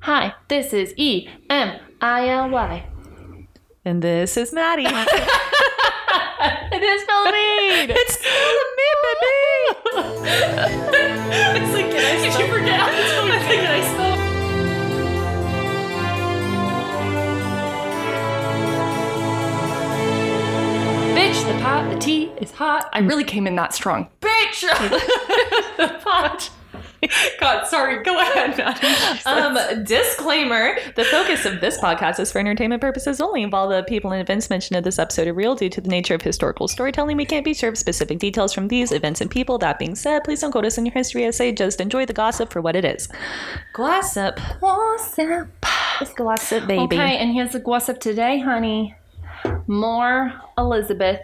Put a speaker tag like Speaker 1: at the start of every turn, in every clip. Speaker 1: Hi, this is E M I L Y.
Speaker 2: And this is Maddie.
Speaker 1: It is Melody.
Speaker 2: it's me, baby.
Speaker 1: it's like, E, did I Did you forget? I was like, did I spell? Bitch, the pot, the tea is hot. I really came in that strong. Bitch, the pot. God, sorry. Go ahead, Maddie.
Speaker 2: Um, disclaimer: The focus of this podcast is for entertainment purposes only, and all the people and events mentioned in this episode are real due to the nature of historical storytelling. We can't be sure of specific details from these events and people. That being said, please don't quote us in your history essay. Just enjoy the gossip for what it is. Gossip,
Speaker 1: Awesome.
Speaker 2: gossip, baby.
Speaker 1: Okay, and here's the gossip today, honey. More Elizabeth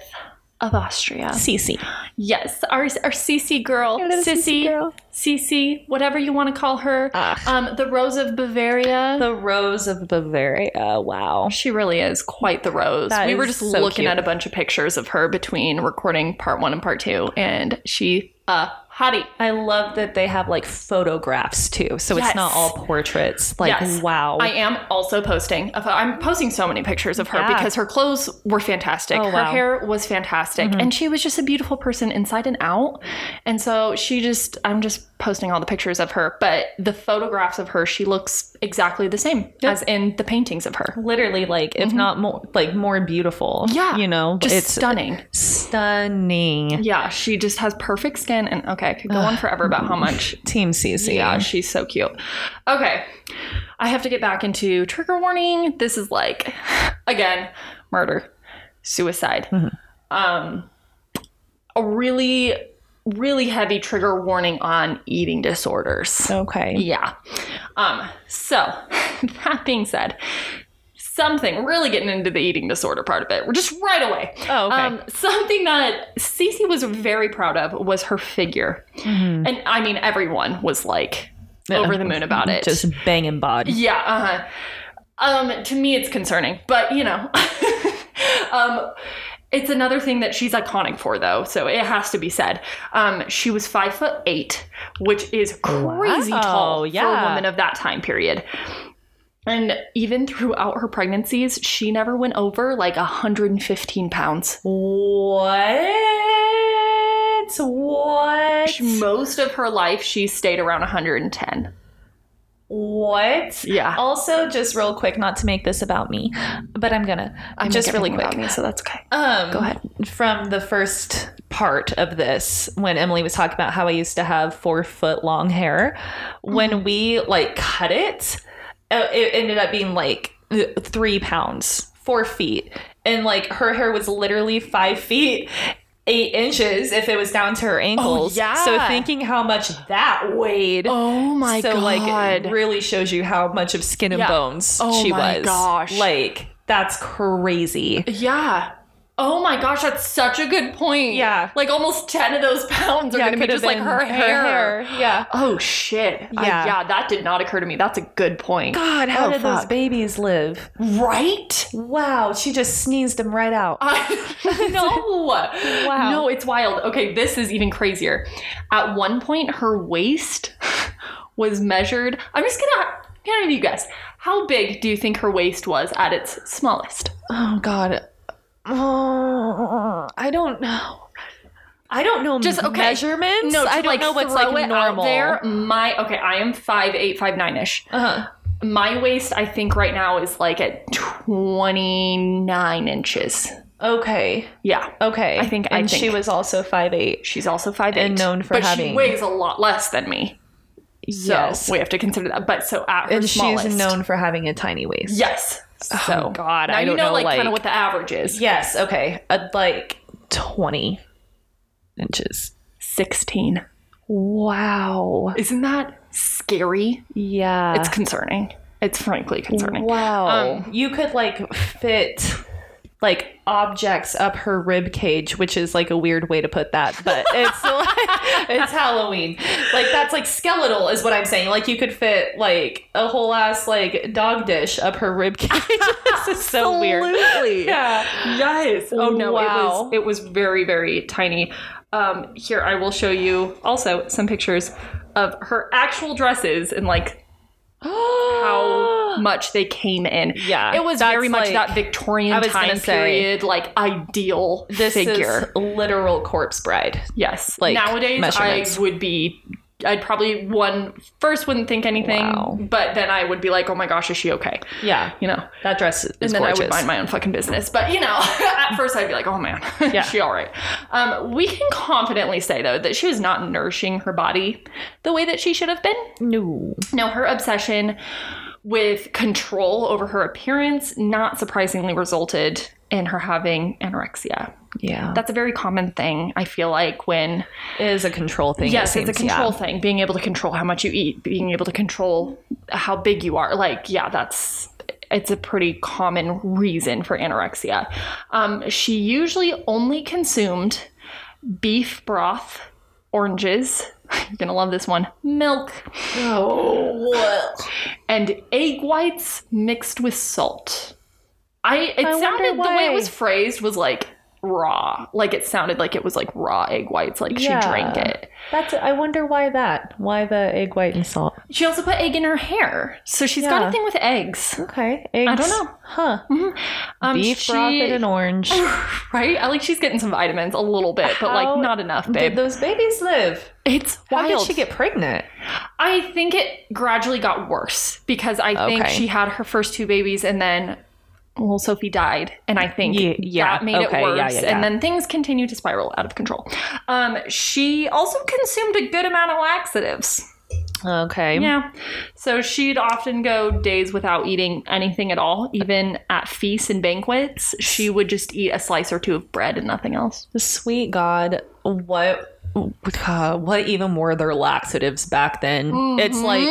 Speaker 1: of Austria.
Speaker 2: Cece.
Speaker 1: Yes, our our CC girl,
Speaker 2: little
Speaker 1: Sissy,
Speaker 2: Sissy girl.
Speaker 1: Sissy, whatever you want to call her.
Speaker 2: Ah.
Speaker 1: Um, the Rose of Bavaria.
Speaker 2: The Rose of Bavaria. Wow.
Speaker 1: she really is quite the rose.
Speaker 2: That
Speaker 1: we were
Speaker 2: is
Speaker 1: just
Speaker 2: so
Speaker 1: looking
Speaker 2: cute.
Speaker 1: at a bunch of pictures of her between recording part one and part two, and she uh hottie.
Speaker 2: I love that they have like photographs too. So
Speaker 1: Yes.
Speaker 2: it's not all portraits. Like,
Speaker 1: Yes.
Speaker 2: wow.
Speaker 1: I am also posting. of- I'm posting so many pictures of her
Speaker 2: Yeah.
Speaker 1: because her clothes were fantastic.
Speaker 2: Oh,
Speaker 1: her
Speaker 2: wow. Mm-hmm.
Speaker 1: hair was fantastic. And she was just a beautiful person inside and out. And so she just, I'm just posting all the pictures of her. But the photographs of her, she looks exactly the same as in the paintings of her.
Speaker 2: Literally, like, if not more, like more beautiful.
Speaker 1: Yeah.
Speaker 2: You know,
Speaker 1: Just
Speaker 2: it's
Speaker 1: stunning.
Speaker 2: stunning.
Speaker 1: Yeah, she just has perfect skin. And okay, I could go on forever about how much
Speaker 2: Team CC.
Speaker 1: Yeah, she's so cute. Okay. I have to get back into trigger warning. This is like again, murder, suicide. Um a really really heavy trigger warning on eating disorders.
Speaker 2: Okay.
Speaker 1: Yeah. Um so, that being said, something really getting into the eating disorder part of it. We're just right away.
Speaker 2: Oh, okay.
Speaker 1: Um, something that Cece was very proud of was her figure. And I mean, everyone was like
Speaker 2: Mm-hmm. Yeah.
Speaker 1: over the moon about it.
Speaker 2: Just banging body.
Speaker 1: yeah. Uh-huh. Um, to me, it's concerning, but you know, um, it's another thing that she's iconic for, though. So it has to be said. Um, she was five foot eight, which is crazy
Speaker 2: Wow,
Speaker 1: tall for a
Speaker 2: yeah.
Speaker 1: woman of that time period. And even throughout her pregnancies, she never went over like 115 pounds.
Speaker 2: What? What?
Speaker 1: most of her life she stayed around 110
Speaker 2: What?
Speaker 1: yeah
Speaker 2: Also, just real quick, not to make this about me, but I'm gonna.
Speaker 1: I'm
Speaker 2: just really quick.
Speaker 1: me, so that's okay
Speaker 2: Um,
Speaker 1: Go ahead.
Speaker 2: From the first part of this, when Emily was talking about how I used to have four foot long hair,
Speaker 1: Mm-hmm.
Speaker 2: when we like cut it, uh, it ended up being like th- three pounds, four feet. And like her hair was literally five feet, eight inches if it was down to her ankles.
Speaker 1: Oh, yeah.
Speaker 2: So thinking how much that weighed.
Speaker 1: oh my
Speaker 2: so
Speaker 1: god
Speaker 2: like it really shows you how much of skin and
Speaker 1: Yeah.
Speaker 2: bones
Speaker 1: Oh
Speaker 2: she
Speaker 1: my
Speaker 2: was.
Speaker 1: gosh.
Speaker 2: Like that's crazy.
Speaker 1: yeah oh my gosh that's such a good point
Speaker 2: Yeah.
Speaker 1: like almost 10 of those pounds are
Speaker 2: Yeah, it
Speaker 1: gonna be
Speaker 2: could've
Speaker 1: just like
Speaker 2: been
Speaker 1: her hair,
Speaker 2: Yeah.
Speaker 1: oh shit I-
Speaker 2: Yeah.
Speaker 1: yeah that did not occur to me that's a good point
Speaker 2: God, how
Speaker 1: Oh,
Speaker 2: did those
Speaker 1: fuck.
Speaker 2: babies live?
Speaker 1: right
Speaker 2: Wow, she just sneezed them right out.
Speaker 1: I know.
Speaker 2: Wow.
Speaker 1: No, it's wild. Okay, this is even crazier. At one point, her waist was measured. I'm just gonna gonna have you guess. How big do you think her waist was at its smallest?
Speaker 2: Oh God. Oh, I don't know. I don't know
Speaker 1: Just, okay.
Speaker 2: measurements.
Speaker 1: to,
Speaker 2: I don't know what's
Speaker 1: throw
Speaker 2: like
Speaker 1: it out
Speaker 2: normal.
Speaker 1: there, my okay, I am five eight, five nine ish.
Speaker 2: Uh-huh.
Speaker 1: My waist, I think right now is like at twenty nine inches.
Speaker 2: Okay.
Speaker 1: Yeah,
Speaker 2: Okay.
Speaker 1: I think- I
Speaker 2: and she
Speaker 1: think.
Speaker 2: was also five eight.
Speaker 1: she's also five eight
Speaker 2: And known for
Speaker 1: but she
Speaker 2: having-
Speaker 1: weighs a lot less than me. So we have to consider that. But so at her
Speaker 2: and
Speaker 1: smallest,
Speaker 2: she's known for having a tiny waist.
Speaker 1: Yes. So
Speaker 2: God,
Speaker 1: now
Speaker 2: I
Speaker 1: you
Speaker 2: don't
Speaker 1: know,
Speaker 2: know,
Speaker 1: like, kind of
Speaker 2: like-
Speaker 1: what the average is.
Speaker 2: Yes. Okay. Uh, like twenty inches.
Speaker 1: Sixteen.
Speaker 2: Wow.
Speaker 1: Isn't that scary?
Speaker 2: Yeah.
Speaker 1: It's concerning. It's frankly concerning.
Speaker 2: Wow.
Speaker 1: Um,
Speaker 2: you could like fit like objects up her rib cage, which is like a weird way to put that, but it's like, it's Halloween. Like that's like skeletal is what I'm saying. Like you could fit like a whole ass like dog dish up her rib cage. this is so weird.
Speaker 1: Absolutely.
Speaker 2: Yeah.
Speaker 1: Yes. Oh no,
Speaker 2: Wow.
Speaker 1: it was it was very very tiny. Um, here I will show you also some pictures of her actual dresses and like how much they came in.
Speaker 2: Yeah,
Speaker 1: It was
Speaker 2: that's
Speaker 1: very much
Speaker 2: like-
Speaker 1: that Victorian
Speaker 2: I was
Speaker 1: time
Speaker 2: gonna say-
Speaker 1: period, like ideal
Speaker 2: This
Speaker 1: figure.
Speaker 2: is literal corpse bride.
Speaker 1: yes.
Speaker 2: like,
Speaker 1: nowadays, I
Speaker 2: measurements.
Speaker 1: would be. I'd probably one first wouldn't think anything,
Speaker 2: Wow.
Speaker 1: but then I would be like, "Oh my gosh, is she okay?"
Speaker 2: Yeah,
Speaker 1: You know.
Speaker 2: that dress is
Speaker 1: and then
Speaker 2: gorgeous.
Speaker 1: I would mind my own fucking business. But you know, at first I'd be like, "Oh man,
Speaker 2: Yeah.
Speaker 1: is she all right?" Um, we can confidently say though that she was not nourishing her body the way that she should have been.
Speaker 2: no,
Speaker 1: Now her obsession with control over her appearance, not surprisingly, resulted in her having anorexia.
Speaker 2: yeah, that
Speaker 1: That's a very common thing. I feel like when
Speaker 2: is a control thing. it
Speaker 1: yes, it's a
Speaker 2: seems, yeah.
Speaker 1: control thing. Being able to control how much you eat, being able to control how big you are. Like, yeah, that's it's a pretty common reason for anorexia. Um, she usually only consumed beef broth, oranges. You're gonna love this one. Milk
Speaker 2: Oh,
Speaker 1: and egg whites mixed with salt. I it
Speaker 2: I
Speaker 1: sounded
Speaker 2: wonder
Speaker 1: the way it
Speaker 2: why.
Speaker 1: was phrased was like raw. Like it sounded like it was like raw egg whites. Like she
Speaker 2: Yeah.
Speaker 1: drank it.
Speaker 2: that's. I wonder why that. Why the egg white and salt?
Speaker 1: She also put egg in her hair, so she's got a
Speaker 2: Yeah.
Speaker 1: thing with eggs.
Speaker 2: Okay, eggs.
Speaker 1: I don't know.
Speaker 2: Huh?
Speaker 1: Um,
Speaker 2: Beef broth and an orange.
Speaker 1: right? I like she's getting some vitamins, a little bit, but
Speaker 2: How
Speaker 1: like not enough, babe.
Speaker 2: Did those babies live?
Speaker 1: it's
Speaker 2: How
Speaker 1: wild.
Speaker 2: did she get pregnant?
Speaker 1: I think it gradually got worse because I think
Speaker 2: Okay.
Speaker 1: she had her first two babies and then well Sophie died and I think
Speaker 2: Ye- yeah,
Speaker 1: that made
Speaker 2: okay,
Speaker 1: it
Speaker 2: yeah,
Speaker 1: worse
Speaker 2: yeah, yeah.
Speaker 1: and then things continued to spiral out of control. Um, she also consumed a good amount of laxatives.
Speaker 2: Okay.
Speaker 1: Yeah. So she'd often go days without eating anything at all, even at feasts and banquets. She would just eat a slice or two of bread and nothing else.
Speaker 2: Sweet God, what? uh, what even were their laxatives back then? It's like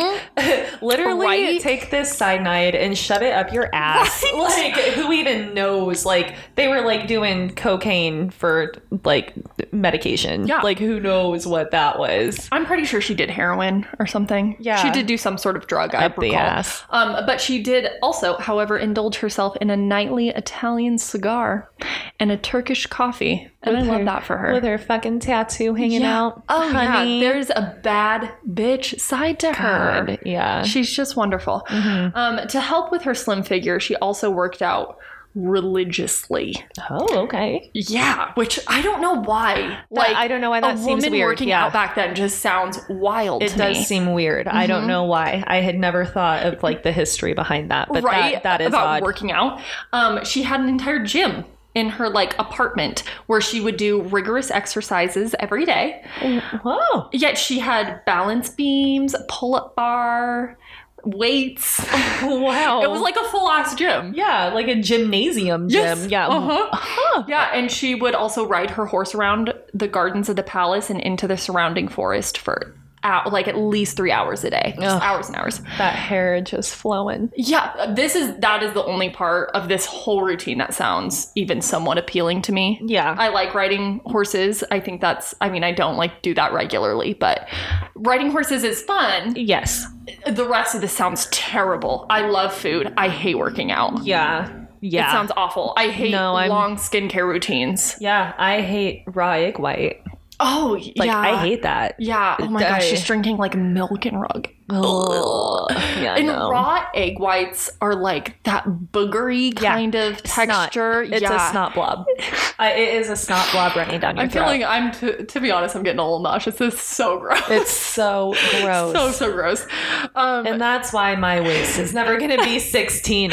Speaker 2: literally
Speaker 1: Right?
Speaker 2: take this cyanide and shove it up your ass. Like who even knows? Like they were like doing cocaine for like medication.
Speaker 1: Yeah.
Speaker 2: Like who knows what that was?
Speaker 1: I'm pretty sure she did heroin or something.
Speaker 2: Yeah.
Speaker 1: She did do some sort of drug, I
Speaker 2: Up the
Speaker 1: recall.
Speaker 2: ass.
Speaker 1: Um, but she did also, however, indulge herself in a nightly Italian cigar and a Turkish coffee. And I
Speaker 2: With
Speaker 1: love
Speaker 2: her-
Speaker 1: that for her.
Speaker 2: With her fucking tattoo hanging
Speaker 1: Yeah.
Speaker 2: out.
Speaker 1: Oh,
Speaker 2: honey.
Speaker 1: yeah. There's a bad bitch side to her.
Speaker 2: God, Yeah. Mm-hmm.
Speaker 1: She's just wonderful. Um, to help with her slim figure, she also worked out religiously.
Speaker 2: Oh, okay.
Speaker 1: Yeah, which I don't know why.
Speaker 2: Like I don't know why that
Speaker 1: a
Speaker 2: seems
Speaker 1: woman
Speaker 2: weird.
Speaker 1: working
Speaker 2: yeah.
Speaker 1: out back then just sounds wild.
Speaker 2: it
Speaker 1: to
Speaker 2: does
Speaker 1: me. Mm-hmm.
Speaker 2: seem weird. I don't know why. I had never thought of like the history behind that, but
Speaker 1: right
Speaker 2: that, that is
Speaker 1: about
Speaker 2: odd.
Speaker 1: working out. Um, she had an entire gym in her like apartment where she would do rigorous exercises every day.
Speaker 2: Whoa.
Speaker 1: Yet she had balance beams, pull-up bar, weights.
Speaker 2: Wow.
Speaker 1: It was like a full-ass gym.
Speaker 2: yeah, like a gymnasium
Speaker 1: Yes.
Speaker 2: gym. Yeah.
Speaker 1: Uh-huh.
Speaker 2: Huh.
Speaker 1: Yeah, and she would also ride her horse around the gardens of the palace and into the surrounding forest for out, like at least three hours a day, just
Speaker 2: Ugh.
Speaker 1: hours and hours.
Speaker 2: That hair just flowing.
Speaker 1: Yeah, this is that is the only part of this whole routine that sounds even somewhat appealing to me.
Speaker 2: Yeah.
Speaker 1: I like riding horses. I think that's I mean, I don't like do that regularly, but riding horses is fun.
Speaker 2: yes.
Speaker 1: The rest of this sounds terrible. I love food. I hate working out.
Speaker 2: Yeah.
Speaker 1: It
Speaker 2: Yeah.
Speaker 1: sounds awful. I hate
Speaker 2: No, I'm-
Speaker 1: long skincare routines.
Speaker 2: yeah, I hate raw egg white.
Speaker 1: Oh,
Speaker 2: Like
Speaker 1: yeah.
Speaker 2: I hate that.
Speaker 1: Yeah. Oh my gosh,
Speaker 2: I-
Speaker 1: she's drinking like milk and rug.
Speaker 2: Ugh. Yeah,
Speaker 1: And
Speaker 2: no.
Speaker 1: raw egg whites are like that boogery
Speaker 2: Yeah.
Speaker 1: kind of
Speaker 2: Snot.
Speaker 1: texture.
Speaker 2: It's
Speaker 1: yeah.
Speaker 2: a snot blob. I, it is a snot blob running down your
Speaker 1: I'm
Speaker 2: throat.
Speaker 1: feeling I'm t- to be honest, I'm getting a little nauseous. This is so gross.
Speaker 2: it's so gross.
Speaker 1: so so gross. Um
Speaker 2: And that's why my waist is never going to be 16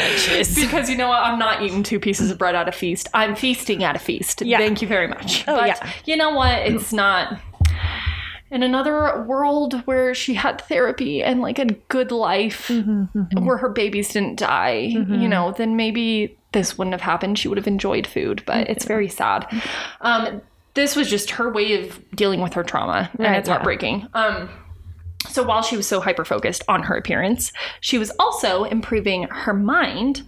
Speaker 2: inches.
Speaker 1: because you know what, I'm not eating two pieces of bread at a feast. I'm feasting at a feast.
Speaker 2: Yeah.
Speaker 1: Thank you very much.
Speaker 2: Oh,
Speaker 1: but
Speaker 2: yeah.
Speaker 1: you know what? It's not in another world where she had therapy and like a good life
Speaker 2: Mm-hmm,
Speaker 1: where her babies didn't die, you know, then maybe this wouldn't have happened. She would have enjoyed food, but it's
Speaker 2: Mm-hmm.
Speaker 1: very sad. Um, this was just her way of dealing with her trauma, and
Speaker 2: Right,
Speaker 1: it's
Speaker 2: yeah.
Speaker 1: heartbreaking. Um, so while she was so hyper focused on her appearance, she was also improving her mind.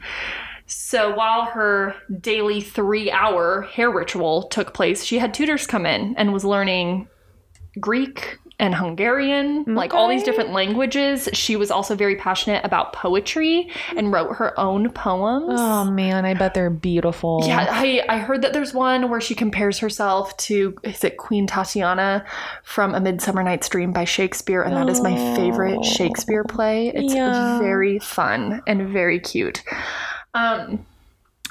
Speaker 1: So while her daily three hour hair ritual took place, she had tutors come in and was learning Greek and Hungarian, like all these
Speaker 2: Okay.
Speaker 1: different languages. She was also very passionate about poetry and wrote her own poems.
Speaker 2: Oh man, I bet they're beautiful.
Speaker 1: Yeah, I, I heard that there's one where she compares herself to is it Queen Tatiana from A Midsummer Night's Dream by Shakespeare, and that is my
Speaker 2: Oh.
Speaker 1: favorite Shakespeare play. It's
Speaker 2: Yeah.
Speaker 1: very fun and very cute. Um,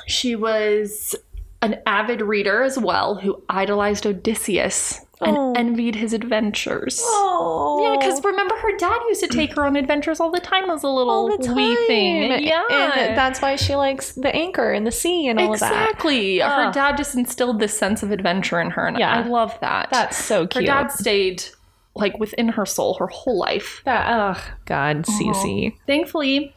Speaker 1: she was an avid reader as well, who idolized Odysseus and
Speaker 2: Oh.
Speaker 1: envied his adventures.
Speaker 2: Oh.
Speaker 1: Yeah, because remember her dad used to take her on adventures all the time as a little
Speaker 2: all the time.
Speaker 1: wee thing. Yeah,
Speaker 2: And that's why she likes the anchor and the sea and all of that.
Speaker 1: exactly.
Speaker 2: Ugh.
Speaker 1: Her dad just instilled this sense of adventure in her, and
Speaker 2: Yeah.
Speaker 1: I love that.
Speaker 2: That's so
Speaker 1: her
Speaker 2: cute.
Speaker 1: dad stayed like within her soul her whole life.
Speaker 2: that oh god, Cece.
Speaker 1: Thankfully,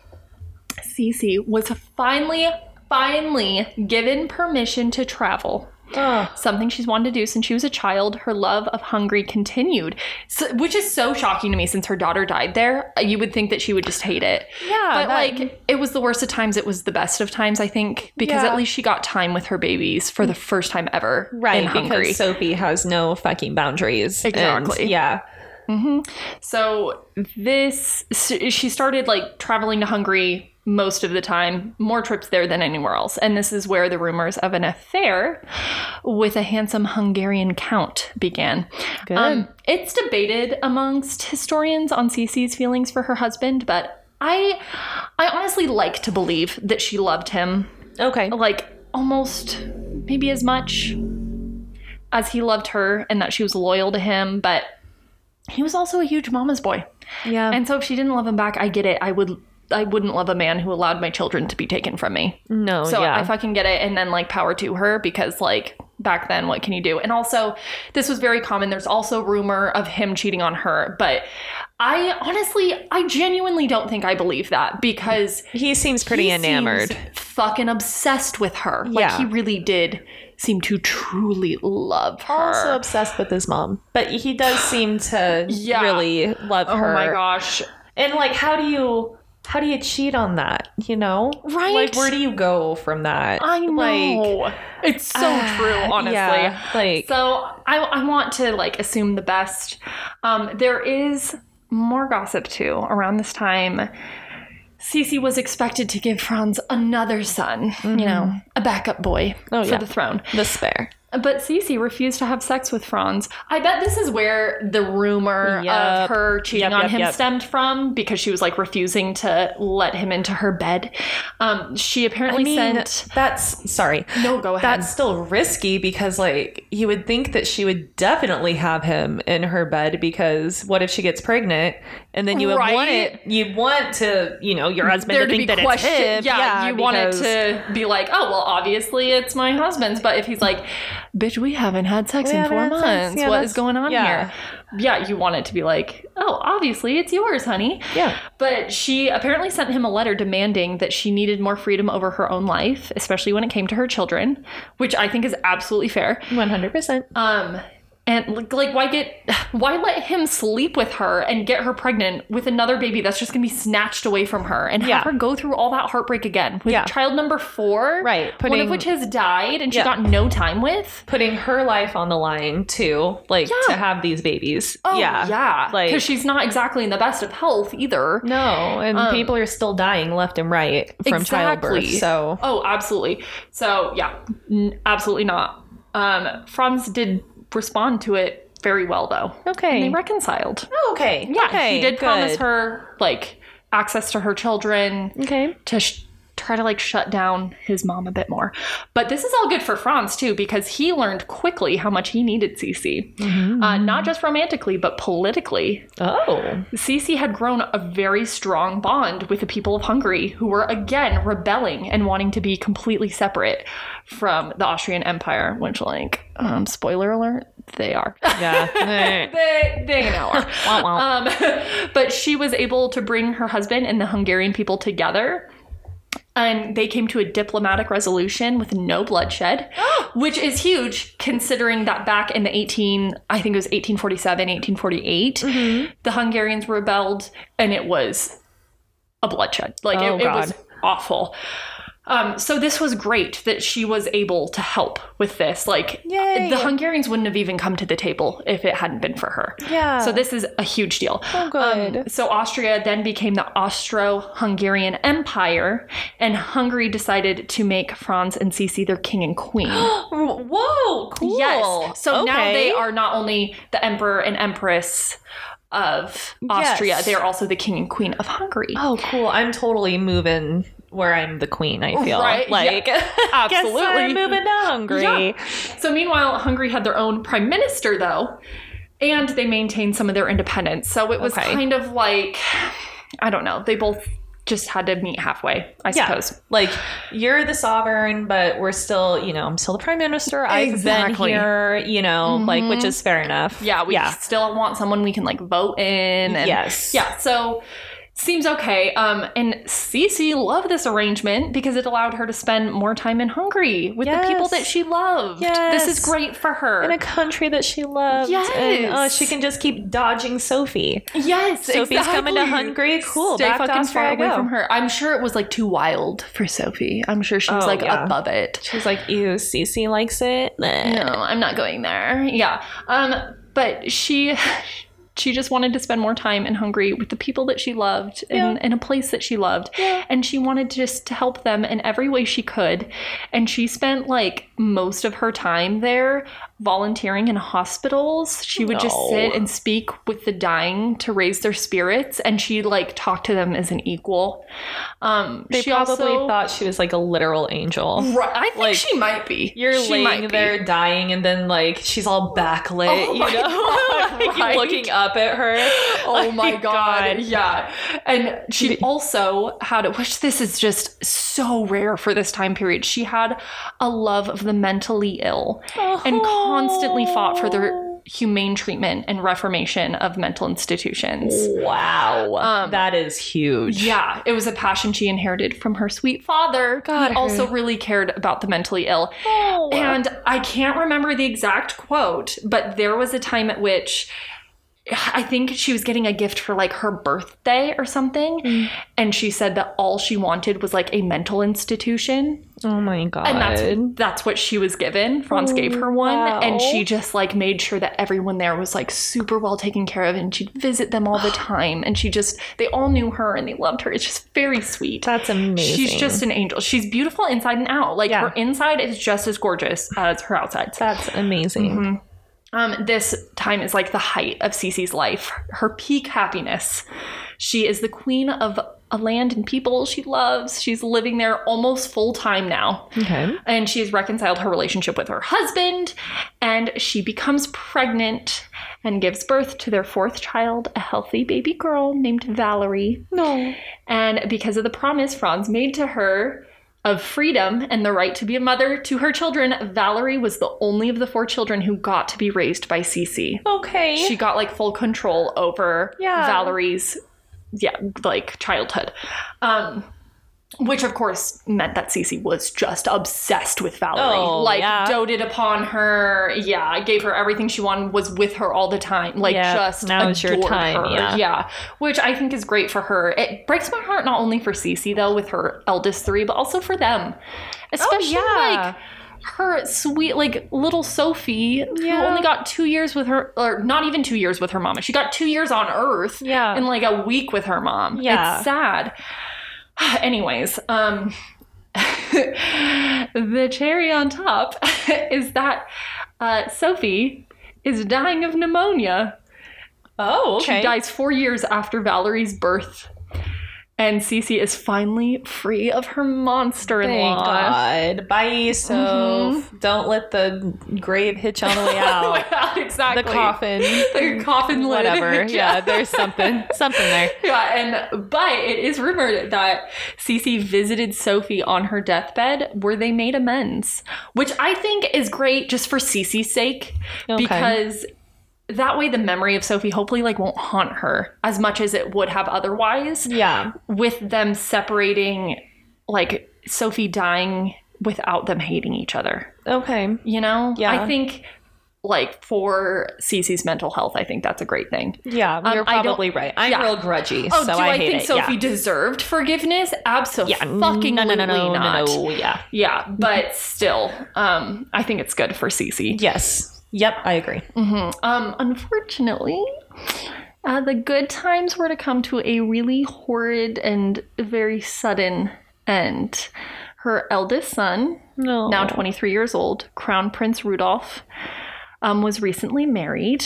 Speaker 1: Cece was finally, finally given permission to travel.
Speaker 2: Oh.
Speaker 1: Something she's wanted to do since she was a child. Her love of Hungary continued, so, which is so shocking to me since her daughter died there. You would think that she would just hate it.
Speaker 2: Yeah,
Speaker 1: But
Speaker 2: that-
Speaker 1: like it was the worst of times, it was the best of times, I think, because
Speaker 2: Yeah.
Speaker 1: at least she got time with her babies for the first time ever
Speaker 2: right
Speaker 1: in Hungary.
Speaker 2: because Sophie has no fucking boundaries. and-
Speaker 1: Exactly.
Speaker 2: yeah.
Speaker 1: So this so she started like traveling to Hungary most of the time, more trips there than anywhere else. And this is where the rumors of an affair with a handsome Hungarian count began. Um,
Speaker 2: Good.
Speaker 1: it's debated amongst historians on Cece's feelings for her husband, but I I honestly like to believe that she loved him
Speaker 2: Okay.
Speaker 1: like almost maybe as much as he loved her and that she was loyal to him, but he was also a huge mama's boy.
Speaker 2: Yeah.
Speaker 1: And so if she didn't love him back, I get it. I would I wouldn't love a man who allowed my children to be taken from me.
Speaker 2: no,
Speaker 1: So
Speaker 2: yeah.
Speaker 1: I fucking get it. And then like power to her because like back then, what can you do? And also, this was very common. There's also rumor of him cheating on her, but I honestly, I genuinely don't think I believe that because
Speaker 2: he seems pretty
Speaker 1: he
Speaker 2: enamored.
Speaker 1: seems fucking obsessed with her. Like
Speaker 2: Yeah.
Speaker 1: he really did seem to truly love her.
Speaker 2: also obsessed with his mom, but he does seem to
Speaker 1: Yeah.
Speaker 2: really love
Speaker 1: oh
Speaker 2: her.
Speaker 1: my gosh.
Speaker 2: And like, how do you how do you cheat on that? You know,
Speaker 1: Right?
Speaker 2: Like, where do you go from that?
Speaker 1: I
Speaker 2: Like,
Speaker 1: know. it's so
Speaker 2: ah,
Speaker 1: true, honestly.
Speaker 2: yeah, like,
Speaker 1: So I, I want to like assume the best. Um, there is more gossip too around this time. Cece was expected to give Franz another son, you know, a backup boy
Speaker 2: Oh,
Speaker 1: for
Speaker 2: yeah.
Speaker 1: the throne.
Speaker 2: the spare.
Speaker 1: But Cece refused to have sex with Franz. I bet this is where the rumor
Speaker 2: Yep.
Speaker 1: of her cheating
Speaker 2: Yep,
Speaker 1: on
Speaker 2: yep,
Speaker 1: him
Speaker 2: yep.
Speaker 1: stemmed from because she was like refusing to let him into her bed. Um, she apparently
Speaker 2: I mean,
Speaker 1: sent.
Speaker 2: that's sorry.
Speaker 1: No, go ahead.
Speaker 2: That's still risky because, like, you would think that she would definitely have him in her bed because what if she gets pregnant and then you would want
Speaker 1: Right.
Speaker 2: it? You'd want to, you know, your husband
Speaker 1: there
Speaker 2: to
Speaker 1: to
Speaker 2: think
Speaker 1: be
Speaker 2: that it's
Speaker 1: question.
Speaker 2: him.
Speaker 1: Yeah, you want it
Speaker 2: because-
Speaker 1: to be like, oh well, obviously it's my husband's. But if he's like, bitch, we haven't had sex
Speaker 2: We
Speaker 1: in
Speaker 2: haven't
Speaker 1: four
Speaker 2: had sex.
Speaker 1: months.
Speaker 2: Yeah,
Speaker 1: what
Speaker 2: that's-
Speaker 1: is going on
Speaker 2: yeah.
Speaker 1: here? Yeah, you want it to be like, oh, obviously it's yours, honey.
Speaker 2: Yeah.
Speaker 1: But she apparently sent him a letter demanding that she needed more freedom over her own life, especially when it came to her children, which I think is absolutely fair.
Speaker 2: One hundred percent.
Speaker 1: Um, and like, like, why get, why let him sleep with her and get her pregnant with another baby that's just gonna be snatched away from her and
Speaker 2: Yeah.
Speaker 1: have her go through all that heartbreak again with
Speaker 2: Yeah.
Speaker 1: child number four,
Speaker 2: Right,
Speaker 1: one
Speaker 2: putting-
Speaker 1: of which has died and she
Speaker 2: Yeah.
Speaker 1: got no time with.
Speaker 2: Putting her life on the line too, like to
Speaker 1: Yeah.
Speaker 2: have these babies.
Speaker 1: Oh,
Speaker 2: yeah,
Speaker 1: yeah,
Speaker 2: Like-
Speaker 1: because she's not exactly in the best of health either.
Speaker 2: No, and
Speaker 1: Um,
Speaker 2: people are still dying left and right from childbirth.
Speaker 1: Exactly.
Speaker 2: So
Speaker 1: Oh, absolutely. So yeah, n- absolutely not. Um, Franz did respond to it very well though.
Speaker 2: okay,
Speaker 1: And they reconciled.
Speaker 2: okay,
Speaker 1: Yeah,
Speaker 2: okay,
Speaker 1: he did
Speaker 2: good.
Speaker 1: promise her like access to her children
Speaker 2: Okay,
Speaker 1: to sh- try to like shut down his mom a bit more. But this is all good for Franz too because he learned quickly how much he needed Cece, uh, not just romantically but politically.
Speaker 2: oh,
Speaker 1: Cece had grown a very strong bond with the people of Hungary, who were again rebelling and wanting to be completely separate from the Austrian Empire. Which, like, um, spoiler alert, they are.
Speaker 2: yeah,
Speaker 1: they, they now are.
Speaker 2: Womp womp.
Speaker 1: Um, but she was able to bring her husband and the Hungarian people together. And they came to a diplomatic resolution with no bloodshed, which is huge considering that back in the 18, I think it was 1847, 1848,
Speaker 2: Mm-hmm.
Speaker 1: the Hungarians rebelled and it was a bloodshed. Like
Speaker 2: Oh,
Speaker 1: it, it was
Speaker 2: God.
Speaker 1: awful. Um, so this was great that she was able to help with this. Like
Speaker 2: Yay.
Speaker 1: the Hungarians wouldn't have even come to the table if it hadn't been for her.
Speaker 2: Yeah.
Speaker 1: So this is a huge deal.
Speaker 2: Oh, Uh. good.
Speaker 1: Um, so Austria then became the Austro-Hungarian Empire, and Hungary decided to make Franz and Sisi their king and queen.
Speaker 2: Whoa, cool.
Speaker 1: Yes. So now
Speaker 2: Okay.
Speaker 1: they are not only the emperor and empress of Austria,
Speaker 2: Yes.
Speaker 1: they are also the king and queen of Hungary.
Speaker 2: Oh, cool. I'm totally moving where I'm the queen, I feel.
Speaker 1: Right, yeah.
Speaker 2: Like, Guess I'm
Speaker 1: Absolutely.
Speaker 2: moving to Hungary.
Speaker 1: Yeah. So meanwhile, Hungary had their own prime minister though, and they maintained some of their independence. So it was
Speaker 2: Okay.
Speaker 1: kind of like I don't know, they both just had to meet halfway, I
Speaker 2: Yeah.
Speaker 1: suppose.
Speaker 2: Like, you're the sovereign, but we're still, you know, I'm still the prime minister. I've been
Speaker 1: Exactly. Mm-hmm.
Speaker 2: here, you know, like, which is fair enough.
Speaker 1: Yeah, we
Speaker 2: yeah.
Speaker 1: still want someone we can like vote in and
Speaker 2: yes.
Speaker 1: Yeah, so seems okay. Um, and Cece loved this arrangement because it allowed her to spend more time in Hungary with the people
Speaker 2: Yes.
Speaker 1: that she loved. This
Speaker 2: Yes.
Speaker 1: is great for her.
Speaker 2: In a country that she loves. And, oh,
Speaker 1: Yes.
Speaker 2: she can just keep dodging Sophie.
Speaker 1: yes,
Speaker 2: Sophie's coming to Hungary. Cool.
Speaker 1: Stay
Speaker 2: Back to
Speaker 1: fucking
Speaker 2: Austria,
Speaker 1: far away
Speaker 2: go.
Speaker 1: from her. I'm sure it was like too wild for Sophie. I'm sure she was
Speaker 2: Oh,
Speaker 1: like
Speaker 2: yeah.
Speaker 1: above it.
Speaker 2: She's like, ew, Cece likes it. Nah.
Speaker 1: No, I'm not going there. Yeah. Um, but she she just wanted to spend more time in Hungary with the people that she loved and in a place that she loved.
Speaker 2: Yeah.
Speaker 1: And she wanted to just to help them in every way she could. And she spent like most of her time there volunteering in hospitals. She would just
Speaker 2: No.
Speaker 1: sit and speak with the dying to raise their spirits and she like talked to them as an equal. Um
Speaker 2: They
Speaker 1: she
Speaker 2: probably
Speaker 1: also,
Speaker 2: thought she was like a literal angel.
Speaker 1: Right, I think
Speaker 2: like,
Speaker 1: she might be.
Speaker 2: You're
Speaker 1: she
Speaker 2: laying
Speaker 1: might be.
Speaker 2: there dying, and then like she's all backlit,
Speaker 1: Oh
Speaker 2: you
Speaker 1: my
Speaker 2: know,
Speaker 1: God,
Speaker 2: like
Speaker 1: right.
Speaker 2: looking up at her.
Speaker 1: Oh my
Speaker 2: Like,
Speaker 1: god. Yeah. And she also had which this is just so rare for this time period. She had a love of the mentally ill and constantly fought for their humane treatment and reformation of mental institutions.
Speaker 2: Wow,
Speaker 1: Um,
Speaker 2: that is huge.
Speaker 1: Yeah, it was a passion she inherited from her sweet father.
Speaker 2: God,
Speaker 1: he
Speaker 2: her-
Speaker 1: also really cared about the mentally ill.
Speaker 2: Oh.
Speaker 1: And I can't remember the exact quote, but there was a time at which I think she was getting a gift for like her birthday or something.
Speaker 2: Mm.
Speaker 1: And she said that all she wanted was like a mental institution.
Speaker 2: oh my god,
Speaker 1: And that's that's what she was given. Franz
Speaker 2: Oh,
Speaker 1: gave her one. And
Speaker 2: wow.
Speaker 1: she just like made sure that everyone there was like super well taken care of and she'd visit them all the time. And she just they all knew her and they loved her. It's just very sweet.
Speaker 2: that's amazing.
Speaker 1: She's just an angel. She's beautiful inside and out. Like
Speaker 2: Yeah.
Speaker 1: her inside is just as gorgeous as her outside.
Speaker 2: that's amazing.
Speaker 1: Mhm. Um, this time is like the height of Cece's life, her peak happiness. She is the queen of a land and people she loves. She's living there almost full time now.
Speaker 2: Okay,
Speaker 1: And she has reconciled her relationship with her husband, and she becomes pregnant and gives birth to their fourth child, a healthy baby girl named Valerie.
Speaker 2: no,
Speaker 1: And because of the promise Franz made to her of freedom and the right to be a mother to her children, Valerie was the only of the four children who got to be raised by Cece.
Speaker 2: okay,
Speaker 1: She got like full control over
Speaker 2: Yeah.
Speaker 1: Valerie's yeah, like childhood. Um which of course meant that Cece was just obsessed with Valerie.
Speaker 2: Oh,
Speaker 1: like
Speaker 2: yeah.
Speaker 1: doted upon her. Yeah, gave her everything she wanted, was with her all the time. Like
Speaker 2: Yeah,
Speaker 1: just
Speaker 2: now is your
Speaker 1: adored
Speaker 2: time,
Speaker 1: her.
Speaker 2: yeah.
Speaker 1: Which I think is great for her. It breaks my heart not only for Cece though with her eldest three, but also for them. Especially
Speaker 2: Oh, yeah.
Speaker 1: like her sweet like little Sophie who
Speaker 2: Yeah.
Speaker 1: only got two years with her or not even two years with her mama. She got two years on Earth
Speaker 2: yeah,
Speaker 1: and like a week with her mom.
Speaker 2: Yeah.
Speaker 1: It's sad. Anyways, um the cherry on top is that uh, Sophie is dying of pneumonia.
Speaker 2: oh, okay,
Speaker 1: She dies four years after Valerie's birth. And Cece is finally free of her monster in
Speaker 2: Thank
Speaker 1: law. Mm-hmm.
Speaker 2: God. Bye, so don't let the grave hitch on the way out.
Speaker 1: exactly.
Speaker 2: the coffin.
Speaker 1: The coffin lid.
Speaker 2: Whatever. Yeah, there's something. Something there.
Speaker 1: Yeah, and but it is rumored that Cece visited Sophie on her deathbed where they made amends, which I think is great just for Cece's sake
Speaker 2: Okay.
Speaker 1: because that way the memory of Sophie hopefully like won't haunt her as much as it would have otherwise
Speaker 2: Yeah.
Speaker 1: with them separating like Sophie dying without them hating each other.
Speaker 2: Okay.
Speaker 1: You know?
Speaker 2: Yeah.
Speaker 1: I think like for Cece's mental health, I think that's a great thing.
Speaker 2: Yeah,
Speaker 1: Um,
Speaker 2: you're
Speaker 1: I don't-
Speaker 2: probably right. I'm
Speaker 1: yeah.
Speaker 2: real grudgy,
Speaker 1: Oh,
Speaker 2: so
Speaker 1: do I,
Speaker 2: I, hate
Speaker 1: think
Speaker 2: it.
Speaker 1: Sophie
Speaker 2: yeah.
Speaker 1: deserved forgiveness? Absolutely
Speaker 2: yeah,
Speaker 1: fucking
Speaker 2: no, no, no, no,
Speaker 1: not.
Speaker 2: no, no, yeah,
Speaker 1: Yeah, but still, um, I think it's good for Cece.
Speaker 2: yes, yep, I agree.
Speaker 1: Mhm. Um, unfortunately, uh, the good times were to come to a really horrid and very sudden end. Her eldest son,
Speaker 2: No,
Speaker 1: now 23 years old, Crown Prince Rudolph, um, was recently married.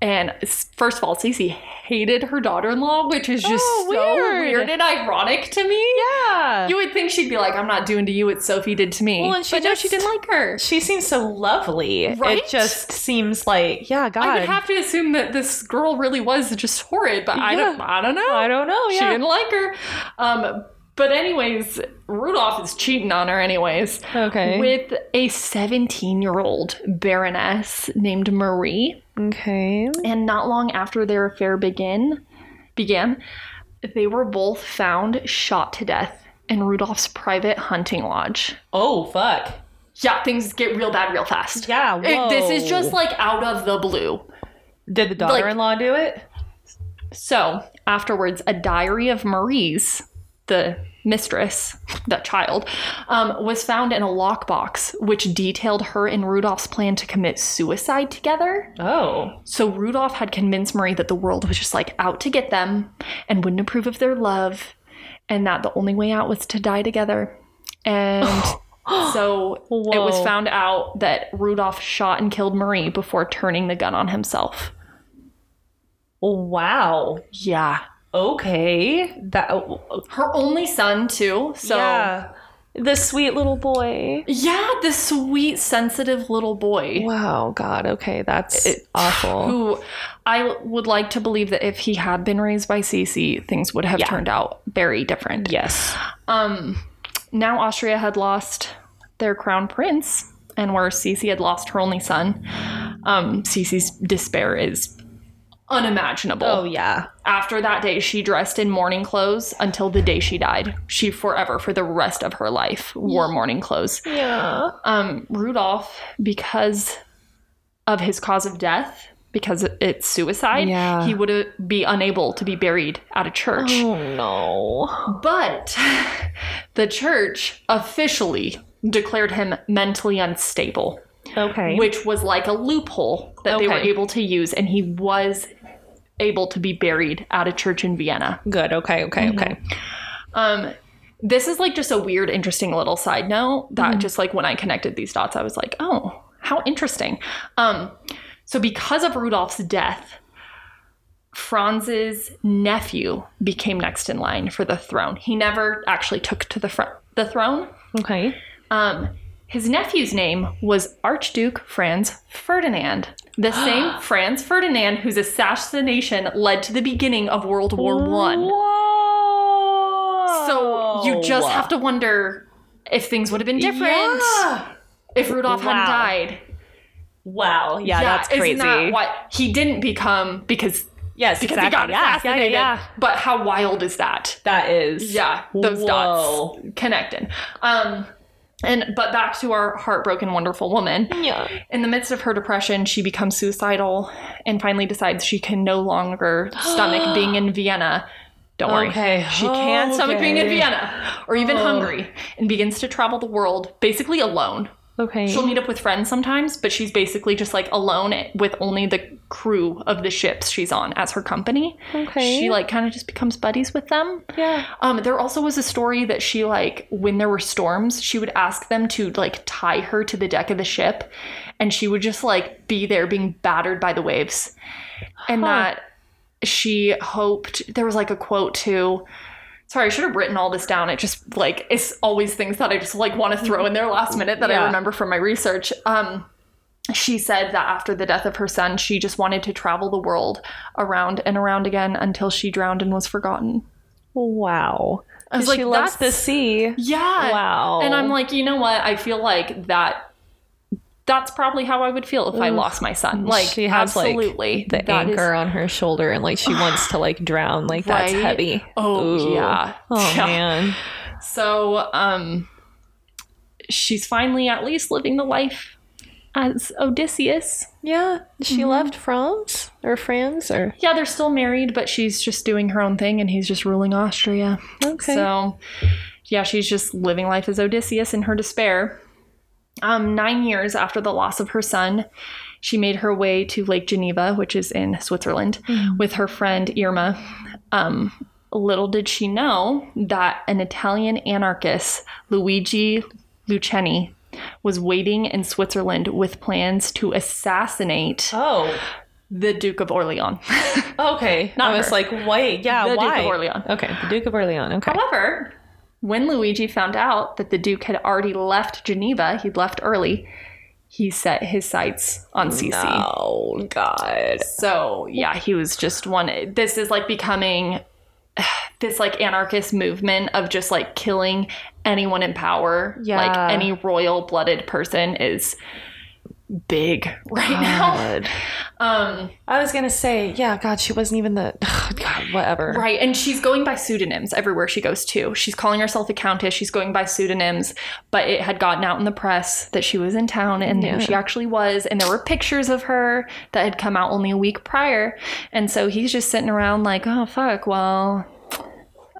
Speaker 1: And s- first of all, Cece hated her daughter in law, which is just
Speaker 2: Oh,
Speaker 1: so
Speaker 2: weird.
Speaker 1: weird and ironic to me.
Speaker 2: yeah,
Speaker 1: You would think she'd be like, I'm not doing to you what Sophie did to me.
Speaker 2: Well, and she
Speaker 1: but no, she
Speaker 2: just-
Speaker 1: didn't like her.
Speaker 2: she seems so lovely.
Speaker 1: Right?
Speaker 2: It just seems like, yeah, God,
Speaker 1: I would have to assume that this girl really was just horrid, but I don't
Speaker 2: Yeah.
Speaker 1: I don't know.
Speaker 2: I don't know.
Speaker 1: She
Speaker 2: Yeah,
Speaker 1: didn't like her. Um, but anyways, Rudolph is cheating on her anyways
Speaker 2: okay,
Speaker 1: with a 17-year-old baroness named Marie,
Speaker 2: okay,
Speaker 1: and not long after their affair begin began, they were both found shot to death in Rudolph's private hunting lodge.
Speaker 2: oh fuck,
Speaker 1: Yeah, things get real bad real fast.
Speaker 2: yeah,
Speaker 1: It-
Speaker 2: whoa.
Speaker 1: this is just like out of the blue.
Speaker 2: did the daughter-in-law do it?
Speaker 1: So, afterwards, a diary of Marie's, the mistress, the child, um, was found in a lockbox, which detailed her and Rudolph's plan to commit suicide together.
Speaker 2: Oh,
Speaker 1: So, Rudolph had convinced Marie that the world was just like out to get them and wouldn't approve of their love, and that the only way out was to die together. And so, it was
Speaker 2: Whoa.
Speaker 1: found out that Rudolph shot and killed Marie before turning the gun on himself.
Speaker 2: wow,
Speaker 1: Yeah.
Speaker 2: okay, that
Speaker 1: her only son too so
Speaker 2: yeah. the sweet little boy.
Speaker 1: Yeah, the sweet sensitive little boy
Speaker 2: Wow, God, okay, that's
Speaker 1: It-
Speaker 2: awful.
Speaker 1: who i would like to believe that if he had been raised by cc things would have
Speaker 2: Yeah.
Speaker 1: turned out very different
Speaker 2: Yes.
Speaker 1: um now austria had lost their crown prince and where cc had lost her only son um cc's despair is unimaginable
Speaker 2: Oh yeah.
Speaker 1: after that day she dressed in mourning clothes until the day she died she forever for the rest of her life wore mourning clothes
Speaker 2: Yeah.
Speaker 1: um, Rudolph because of his cause of death, because it's suicide,
Speaker 2: Yeah.
Speaker 1: he would uh, be unable to be buried at a church.
Speaker 2: Oh
Speaker 1: But the church officially declared him mentally unstable,
Speaker 2: no. Okay.
Speaker 1: which was like a loophole that they were
Speaker 2: Okay.
Speaker 1: able to use, and he was able to be buried at a church in Vienna.
Speaker 2: Good. Okay. Okay.
Speaker 1: Mm-hmm.
Speaker 2: Okay.
Speaker 1: Um, this is like just a weird, interesting little side note that just like when I connected these dots, I was like, oh, how interesting. Um, so because of Rudolph's death, Franz's nephew became next in line for the throne. He never actually took to the fr- the throne.
Speaker 2: Okay.
Speaker 1: Um, his nephew's name was Archduke Franz Ferdinand, the same Franz Ferdinand whose assassination led to the beginning of World War One.
Speaker 2: Whoa.
Speaker 1: So you just have to wonder if things would have been different
Speaker 2: Yeah.
Speaker 1: if Rudolph
Speaker 2: Wow.
Speaker 1: hadn't died.
Speaker 2: Wow. Yeah, that's crazy.
Speaker 1: Isn't that what he didn't become because
Speaker 2: yes,
Speaker 1: because
Speaker 2: exactly.
Speaker 1: he got
Speaker 2: yeah, yeah, yeah,
Speaker 1: assassinated?
Speaker 2: yeah.
Speaker 1: But how wild is that?
Speaker 2: That is.
Speaker 1: Yeah, those
Speaker 2: Whoa.
Speaker 1: dots connected. Um, and but back to our heartbroken, wonderful woman.
Speaker 2: Yeah.
Speaker 1: In the midst of her depression, she becomes suicidal and finally decides she can no longer stomach being in Vienna. Don't worry.
Speaker 2: Okay.
Speaker 1: She can't stomach being in
Speaker 2: Okay.
Speaker 1: Vienna or even
Speaker 2: Oh.
Speaker 1: Hungary and begins to travel the world basically alone.
Speaker 2: Okay.
Speaker 1: She'll meet up with friends sometimes, but she's basically just like alone with only the crew of the ships she's on as her company.
Speaker 2: Okay.
Speaker 1: She like kind of just becomes buddies with them.
Speaker 2: Yeah.
Speaker 1: Um, there also was a story that she like when there were storms, she would ask them to like tie her to the deck of the ship, and she would just like be there being battered by the waves, and
Speaker 2: Huh.
Speaker 1: that she hoped there was like a quote too. Sorry, I should have written all this down. It just like it's always things that I just like want to throw in there last minute that I
Speaker 2: Yeah.
Speaker 1: remember from my research. Um, she said that after the death of her son, she just wanted to travel the world around and around again until she drowned and was forgotten.
Speaker 2: Wow.
Speaker 1: I was
Speaker 2: 'Cause
Speaker 1: like,
Speaker 2: she loves the
Speaker 1: that's-
Speaker 2: sea.
Speaker 1: Yeah.
Speaker 2: Wow.
Speaker 1: And I'm like, you know what? I feel like that. That's probably how I would feel if I
Speaker 2: Ugh.
Speaker 1: lost my son. Like,
Speaker 2: Mm. She has, like,
Speaker 1: absolutely
Speaker 2: the
Speaker 1: That is-
Speaker 2: anchor on her shoulder and like she wants to like drown like that's
Speaker 1: Right?
Speaker 2: heavy
Speaker 1: oh
Speaker 2: Ooh.
Speaker 1: yeah.
Speaker 2: oh
Speaker 1: Yeah.
Speaker 2: man
Speaker 1: So um, she's finally at least living the life as Odysseus.
Speaker 3: Yeah, she
Speaker 2: Mm-hmm.
Speaker 3: left France or France or
Speaker 1: Yeah, they're still married, but she's just doing her own thing and he's just ruling Austria.
Speaker 3: okay.
Speaker 1: So, yeah, she's just living life as Odysseus in her despair. Um, nine years after the loss of her son, she made her way to Lake Geneva, which is in Switzerland, with her friend Irma. Um, little did she know that an Italian anarchist, Luigi Luceni, was waiting in Switzerland with plans to assassinate
Speaker 2: Oh,
Speaker 1: the Duke of Orleans.
Speaker 2: okay.
Speaker 1: Not
Speaker 2: I was
Speaker 1: her.
Speaker 2: like, wait, yeah,
Speaker 1: The Duke of
Speaker 2: why?
Speaker 1: Orleans.
Speaker 2: Okay, the Duke of Orleans. Okay.
Speaker 1: However, when Luigi found out that the Duke had already left Geneva, he'd left early, he set his sights on Cece.
Speaker 2: Oh God.
Speaker 1: So, yeah, he was just one. This is like becoming this like anarchist movement of just like killing anyone in power.
Speaker 2: Yeah.
Speaker 1: Like any royal blooded person is big right now. Um,
Speaker 2: I was gonna say, yeah, God, she wasn't even the God, whatever.
Speaker 1: Right, and she's going by pseudonyms everywhere she goes to. She's calling herself a countess, she's going by pseudonyms, but it had gotten out in the press that she was in town and who she actually was, and there were pictures of her that had come out only a week prior. And so he's just sitting around like, "Oh fuck, well,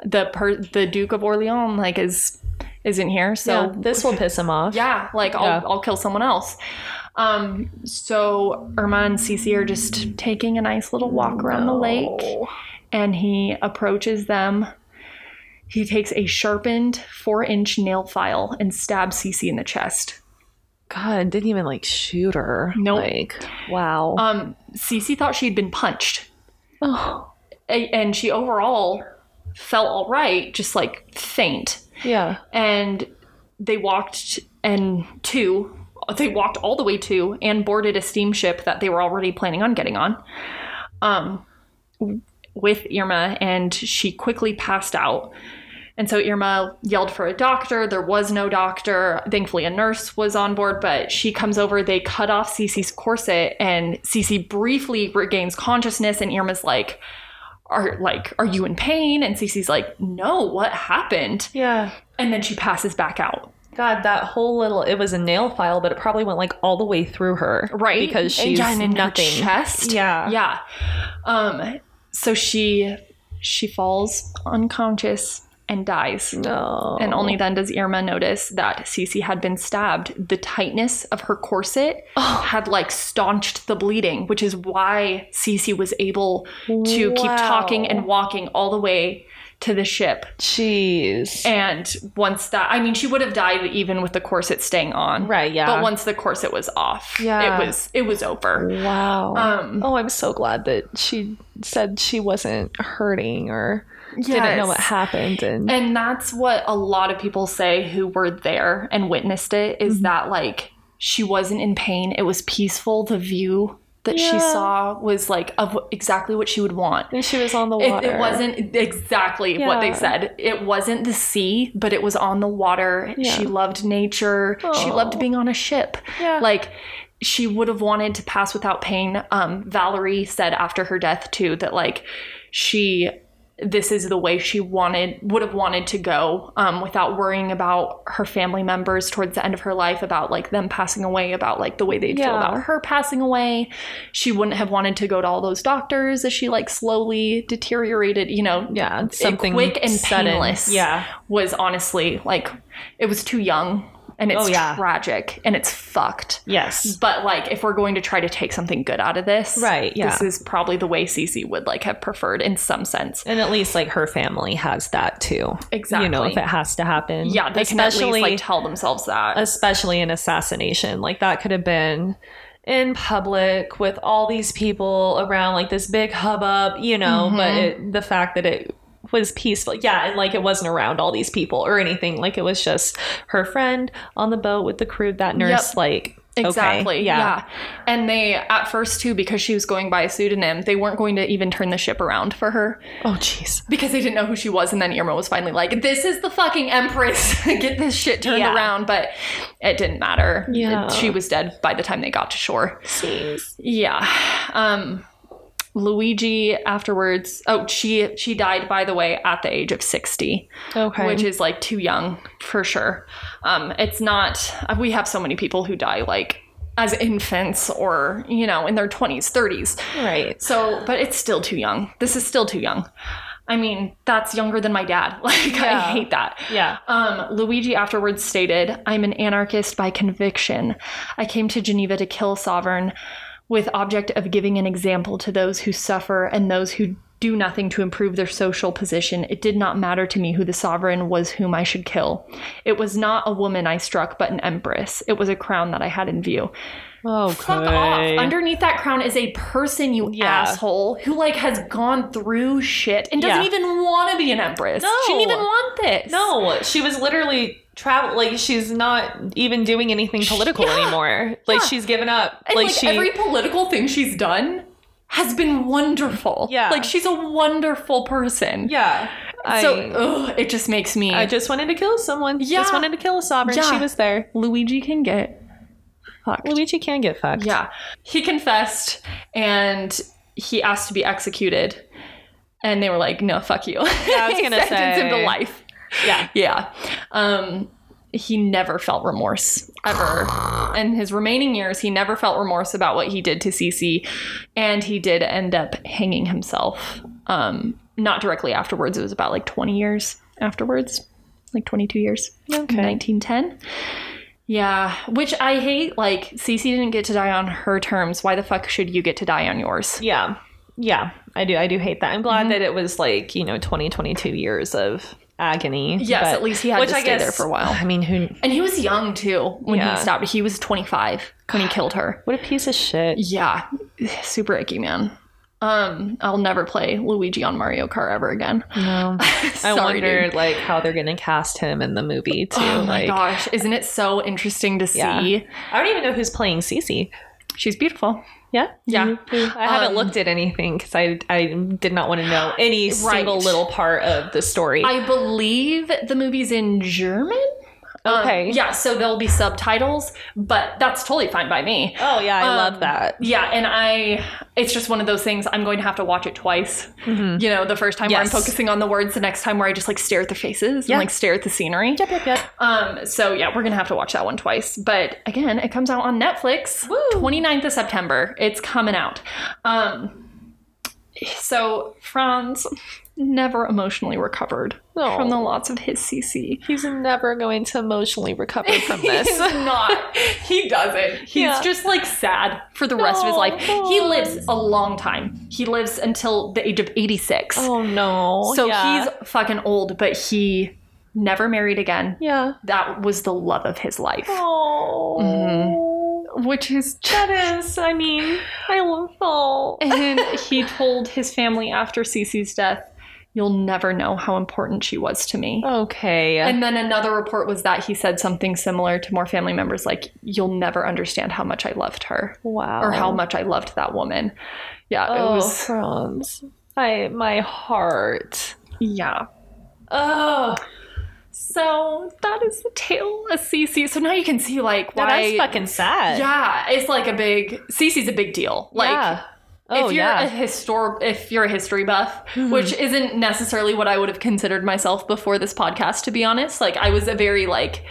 Speaker 1: the per- the Duke of Orleans like is isn't here, so
Speaker 2: So this will piss him off.
Speaker 1: yeah, like I'll,
Speaker 2: Yeah.
Speaker 1: I'll kill someone else. Um, so Irma and Cece are just taking a nice little walk around the lake, and he approaches them. He takes a sharpened four inch nail file and stabs Cece in the chest.
Speaker 2: God, didn't even like shoot her.
Speaker 1: Nope.
Speaker 2: Like, wow.
Speaker 1: Um, Cece thought she'd been punched,
Speaker 2: oh,
Speaker 1: a- and she overall felt all right, just like faint.
Speaker 2: yeah.
Speaker 1: and they walked and to they walked all the way to and boarded a steamship that they were already planning on getting on um with Irma and she quickly passed out and so Irma yelled for a doctor there was no doctor thankfully a nurse was on board but she comes over they cut off Cece's corset and Cece briefly regains consciousness and Irma's like are like are you in pain and Cece's like no what happened
Speaker 2: Yeah.
Speaker 1: and then she passes back out.
Speaker 2: God, that whole little it was a nail file, but it probably went like all the way through her.
Speaker 1: Right?
Speaker 2: Because she's
Speaker 1: and in
Speaker 2: nothing.
Speaker 1: Her chest.
Speaker 2: Yeah.
Speaker 1: Yeah. Um so she she falls unconscious and dies.
Speaker 2: No.
Speaker 1: And only then does Irma notice that Cece had been stabbed. The tightness of her corset
Speaker 2: Oh.
Speaker 1: had like staunched the bleeding, which is why Cece was able to keep
Speaker 2: Wow.
Speaker 1: talking and walking all the way to the ship.
Speaker 2: Jeez.
Speaker 1: And once that, I mean, she would have died even with the corset staying on.
Speaker 2: right. Yeah.
Speaker 1: But once the corset was off,
Speaker 2: Yeah.
Speaker 1: it was it was over.
Speaker 2: wow.
Speaker 1: Um,
Speaker 2: oh, I'm so glad that she said she wasn't hurting or didn't know what
Speaker 1: Yes.
Speaker 2: happened. And,
Speaker 1: And that's what a lot of people say who were there and witnessed it is
Speaker 2: Mm-hmm.
Speaker 1: that like she wasn't in pain. It was peaceful. The view that she
Speaker 2: Yeah.
Speaker 1: saw was like of exactly what she would want.
Speaker 2: and she was on the
Speaker 1: It,
Speaker 2: water.
Speaker 1: it wasn't exactly what they
Speaker 2: Yeah.
Speaker 1: said. It wasn't the sea, but it was on the water.
Speaker 2: Yeah.
Speaker 1: She loved nature. She
Speaker 2: Oh.
Speaker 1: loved being on a ship.
Speaker 2: Yeah.
Speaker 1: Like she would have wanted to pass without pain. Um, Valerie said after her death too that like she this is the way she wanted would have wanted to go um, without worrying about her family members towards the end of her life about like them passing away about like the way they'd feel
Speaker 2: Yeah.
Speaker 1: about her passing away she wouldn't have wanted to go to all those doctors as she like slowly deteriorated you know
Speaker 2: yeah, something
Speaker 1: quick and
Speaker 2: sudden.
Speaker 1: painless.
Speaker 2: Yeah.
Speaker 1: was honestly like it was too young and it's
Speaker 2: Oh, yeah.
Speaker 1: tragic and it's fucked
Speaker 2: Yes.
Speaker 1: but like if we're going to try to take something good out of this
Speaker 2: Right, yeah.
Speaker 1: this is probably the way cc would like have preferred in some sense
Speaker 2: And at least like her family has that too. You know,
Speaker 1: Exactly.
Speaker 2: if it has to happen.
Speaker 1: yeah they can at least like tell themselves that
Speaker 2: especially an assassination. Like that could have been in public with all these people around, like this big hubbub, you know. But
Speaker 1: Mm-hmm.
Speaker 2: it, the fact that it was peaceful, yeah, and like it wasn't around all these people or anything. Like it was just her friend on the boat with the crew. That nurse,
Speaker 1: Yep.
Speaker 2: like okay,
Speaker 1: Exactly. yeah. And they at first too, because she was going by a pseudonym, they weren't going to even turn the ship around for her
Speaker 2: Oh, jeez.
Speaker 1: because they didn't know who she was. And then Irma was finally like, "This is the fucking Empress. Get this shit turned
Speaker 2: Yeah.
Speaker 1: around." But it didn't matter.
Speaker 2: Yeah.
Speaker 1: It- she was dead by the time they got to shore. Yeah. Um, Luigi afterwards. Oh, she she died by the way at the age of sixty
Speaker 2: Okay.
Speaker 1: which is like too young for sure. Um, it's not. We have so many people who die like as infants or, you know, in their 20s, 30s.
Speaker 2: Right.
Speaker 1: So, but it's still too young. This is still too young. I mean, that's younger than my dad. Like, I
Speaker 2: Yeah.
Speaker 1: hate that.
Speaker 2: Yeah.
Speaker 1: Um, Luigi afterwards stated, I'm an anarchist by conviction. I came to Geneva to kill Sovereign with object of giving an example to those who suffer and those who do nothing to improve their social position. It did not matter to me who the sovereign was whom I should kill. It was not a woman I struck, but an empress. It was a crown that I had in view.
Speaker 2: Oh,
Speaker 1: Fuck off. Underneath that crown is a person, you
Speaker 2: Yeah.
Speaker 1: asshole, who like has gone through shit and doesn't
Speaker 2: Yeah.
Speaker 1: even want to be an empress. She didn't
Speaker 2: No.
Speaker 1: even want this.
Speaker 2: No, she was literally travel like she's not even doing anything political
Speaker 1: Yeah.
Speaker 2: anymore. Like
Speaker 1: Yeah.
Speaker 2: she's given up.
Speaker 1: And
Speaker 2: like,
Speaker 1: like,
Speaker 2: she
Speaker 1: every political thing she's done has been wonderful.
Speaker 2: Yeah.
Speaker 1: Like she's a wonderful person.
Speaker 2: Yeah.
Speaker 1: so
Speaker 2: I,
Speaker 1: ugh, it just makes me
Speaker 2: I just wanted to kill someone.
Speaker 1: Yeah.
Speaker 2: Just wanted to kill a sovereign.
Speaker 1: Yeah.
Speaker 2: She was there.
Speaker 1: Luigi can get fucked.
Speaker 2: Luigi can get fucked.
Speaker 1: Yeah. He confessed and he asked to be executed. And they were like, no, fuck you.
Speaker 2: Yeah, I was
Speaker 1: They
Speaker 2: gonna
Speaker 1: sentenced him to
Speaker 2: say.
Speaker 1: life.
Speaker 2: Yeah.
Speaker 1: Yeah. Um, he never felt remorse ever. In his remaining years, he never felt remorse about what he did to Cece, and he did end up hanging himself. Um, not directly afterwards. It was about like 20 years afterwards, like 22 years.
Speaker 2: Okay.
Speaker 1: 1910. Yeah, which I hate. Like, Cece didn't get to die on her terms. Why the fuck should you get to die on yours?
Speaker 2: Yeah. Yeah. I do I do hate that. I'm
Speaker 1: Mm-hmm.
Speaker 2: glad that it was like, you know, 20 22 years of agony.
Speaker 1: Yes,
Speaker 2: but-
Speaker 1: at least he had to stay there for a while.
Speaker 2: I mean, who
Speaker 1: And he was young too when
Speaker 2: Yeah.
Speaker 1: he stopped. He was 25 when he killed her.
Speaker 2: what a piece of shit.
Speaker 1: Yeah, super icky man. Um, I'll never play Luigi on Mario Kart ever again.
Speaker 2: No. I
Speaker 1: Sorry,
Speaker 2: wonder
Speaker 1: dude.
Speaker 2: like how they're going to cast him in the movie too.
Speaker 1: Oh my
Speaker 2: like
Speaker 1: gosh, isn't it so interesting to see?
Speaker 2: Yeah. I don't even know who's playing Cece.
Speaker 1: She's beautiful.
Speaker 2: Yeah, Mm-hmm.
Speaker 1: Yeah.
Speaker 2: I haven't
Speaker 1: Um,
Speaker 2: looked at anything because I I did not want to know any single little part of the story.
Speaker 1: I believe the movie's in German. Um,
Speaker 2: okay.
Speaker 1: yeah, so there'll be subtitles, but that's totally fine by me.
Speaker 2: Oh yeah, I
Speaker 1: Um,
Speaker 2: love that.
Speaker 1: Yeah, and I, it's just one of those things I'm going to have to watch it twice. You know, the first time where I'm
Speaker 2: Yes.
Speaker 1: focusing on the words, the next time where I just like stare at their faces
Speaker 2: Yeah.
Speaker 1: and like stare at the scenery.
Speaker 2: Yep, yep, yep.
Speaker 1: Um, so yeah, we're gonna have to watch that one twice. But again, it comes out on Netflix
Speaker 2: Woo.
Speaker 1: 29th of September. It's coming out. Um so Franz never emotionally recovered
Speaker 2: No.
Speaker 1: from the loss of his CC.
Speaker 2: He's never going to emotionally recover from
Speaker 1: He's
Speaker 2: this.
Speaker 1: not. He doesn't. He's
Speaker 2: Yeah.
Speaker 1: just like sad for the rest of his
Speaker 2: No,
Speaker 1: life. He
Speaker 2: Hans.
Speaker 1: lives a long time. He lives until the age of 86.
Speaker 2: oh no.
Speaker 1: so
Speaker 2: yeah.
Speaker 1: he's fucking old, but he never married again.
Speaker 2: yeah.
Speaker 1: That was the love of his life.
Speaker 2: Oh. Mm-hmm.
Speaker 1: Which is
Speaker 2: That is, I mean, I love oh.
Speaker 1: and he told his family after Cece's death, You'll never know how important she was to
Speaker 2: Oh,
Speaker 1: me.
Speaker 2: Okay.
Speaker 1: And then another report was that he said something similar to more family members, like, You'll never understand how much I loved her
Speaker 2: wow.
Speaker 1: or how much I loved that woman. Yeah,
Speaker 2: Oh,
Speaker 1: it was.
Speaker 2: Franz. I my heart.
Speaker 1: Yeah.
Speaker 2: Oh,
Speaker 1: So that is the tale of Cece. So now you can see, like,
Speaker 2: that
Speaker 1: why.
Speaker 2: is fucking sad.
Speaker 1: yeah, it's like a big. Cece's a big deal. Like,
Speaker 2: Yeah. Oh,
Speaker 1: if you're
Speaker 2: yeah.
Speaker 1: a histor- if you're a history buff,
Speaker 2: Mhm.
Speaker 1: which isn't necessarily what I would have considered myself before this podcast, to be honest. Like I was a very like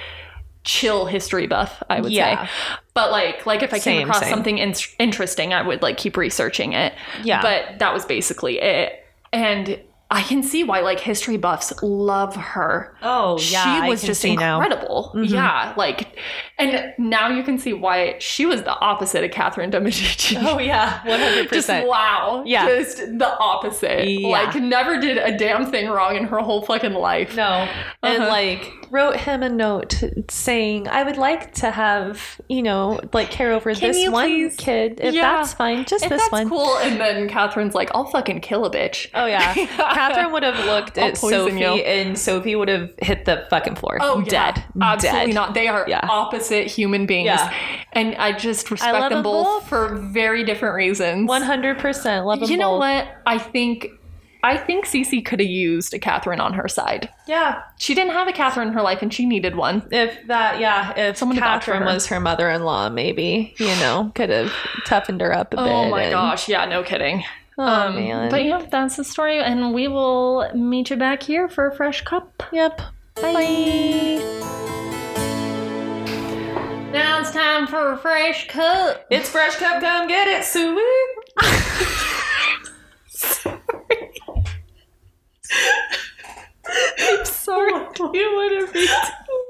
Speaker 1: chill history buff, I would
Speaker 2: Yeah.
Speaker 1: say. But like like if I came
Speaker 2: Same,
Speaker 1: across
Speaker 2: same.
Speaker 1: something in- interesting, I would like keep researching it.
Speaker 2: Yeah.
Speaker 1: But that was basically it, and I can see why like history buffs love her.
Speaker 2: oh
Speaker 1: she was just incredible.
Speaker 2: Mhm.
Speaker 1: Yeah, like, and now you can see why she was the opposite of Catherine de Medici.
Speaker 2: Oh yeah, one hundred
Speaker 1: Just
Speaker 2: percent.
Speaker 1: wow.
Speaker 2: Yeah.
Speaker 1: Just the opposite.
Speaker 2: Yeah.
Speaker 1: Like never did a damn thing wrong in her whole fucking life.
Speaker 2: No, and
Speaker 1: Uh-huh.
Speaker 2: like wrote him a note saying, "I would like to have you know like care over
Speaker 1: Can
Speaker 2: this
Speaker 1: you
Speaker 2: one
Speaker 1: please-
Speaker 2: kid if
Speaker 1: Yeah.
Speaker 2: that's fine, just
Speaker 1: If
Speaker 2: this
Speaker 1: that's
Speaker 2: one."
Speaker 1: cool. And then Catherine's like, I'll fucking kill a bitch.
Speaker 2: Oh yeah, Catherine would have looked
Speaker 1: I'll
Speaker 2: at
Speaker 1: poison
Speaker 2: Sophie,
Speaker 1: you.
Speaker 2: and Sophie would have hit the fucking floor.
Speaker 1: Oh, yeah.
Speaker 2: dead,
Speaker 1: Absolutely
Speaker 2: dead.
Speaker 1: not. They are
Speaker 2: Yeah.
Speaker 1: opposite human beings.
Speaker 2: Yeah.
Speaker 1: And I just respect
Speaker 2: love
Speaker 1: them
Speaker 2: them
Speaker 1: both
Speaker 2: both.
Speaker 1: for very different reasons.
Speaker 2: One hundred percent. Love them
Speaker 1: you know
Speaker 2: both.
Speaker 1: what? I think I think Cece could have used a Catherine on her side.
Speaker 2: Yeah,
Speaker 1: She didn't have a Catherine in her life and she needed one.
Speaker 2: if that, yeah, if
Speaker 1: Someone to vouch for
Speaker 2: Catherine
Speaker 1: her.
Speaker 2: was her mother-in-law, maybe you know could have toughened her up a bit.
Speaker 1: Oh my
Speaker 2: and-
Speaker 1: gosh. Yeah, no kidding.
Speaker 2: Oh
Speaker 1: Um,
Speaker 2: man.
Speaker 1: But yeah, that's the story, and we will meet you back here for a fresh cup.
Speaker 2: yep.
Speaker 1: Bye. Now it's time for a fresh cup.
Speaker 2: It's fresh cup, come get it, Sue.
Speaker 1: I'm sorry. Do you want to be? No,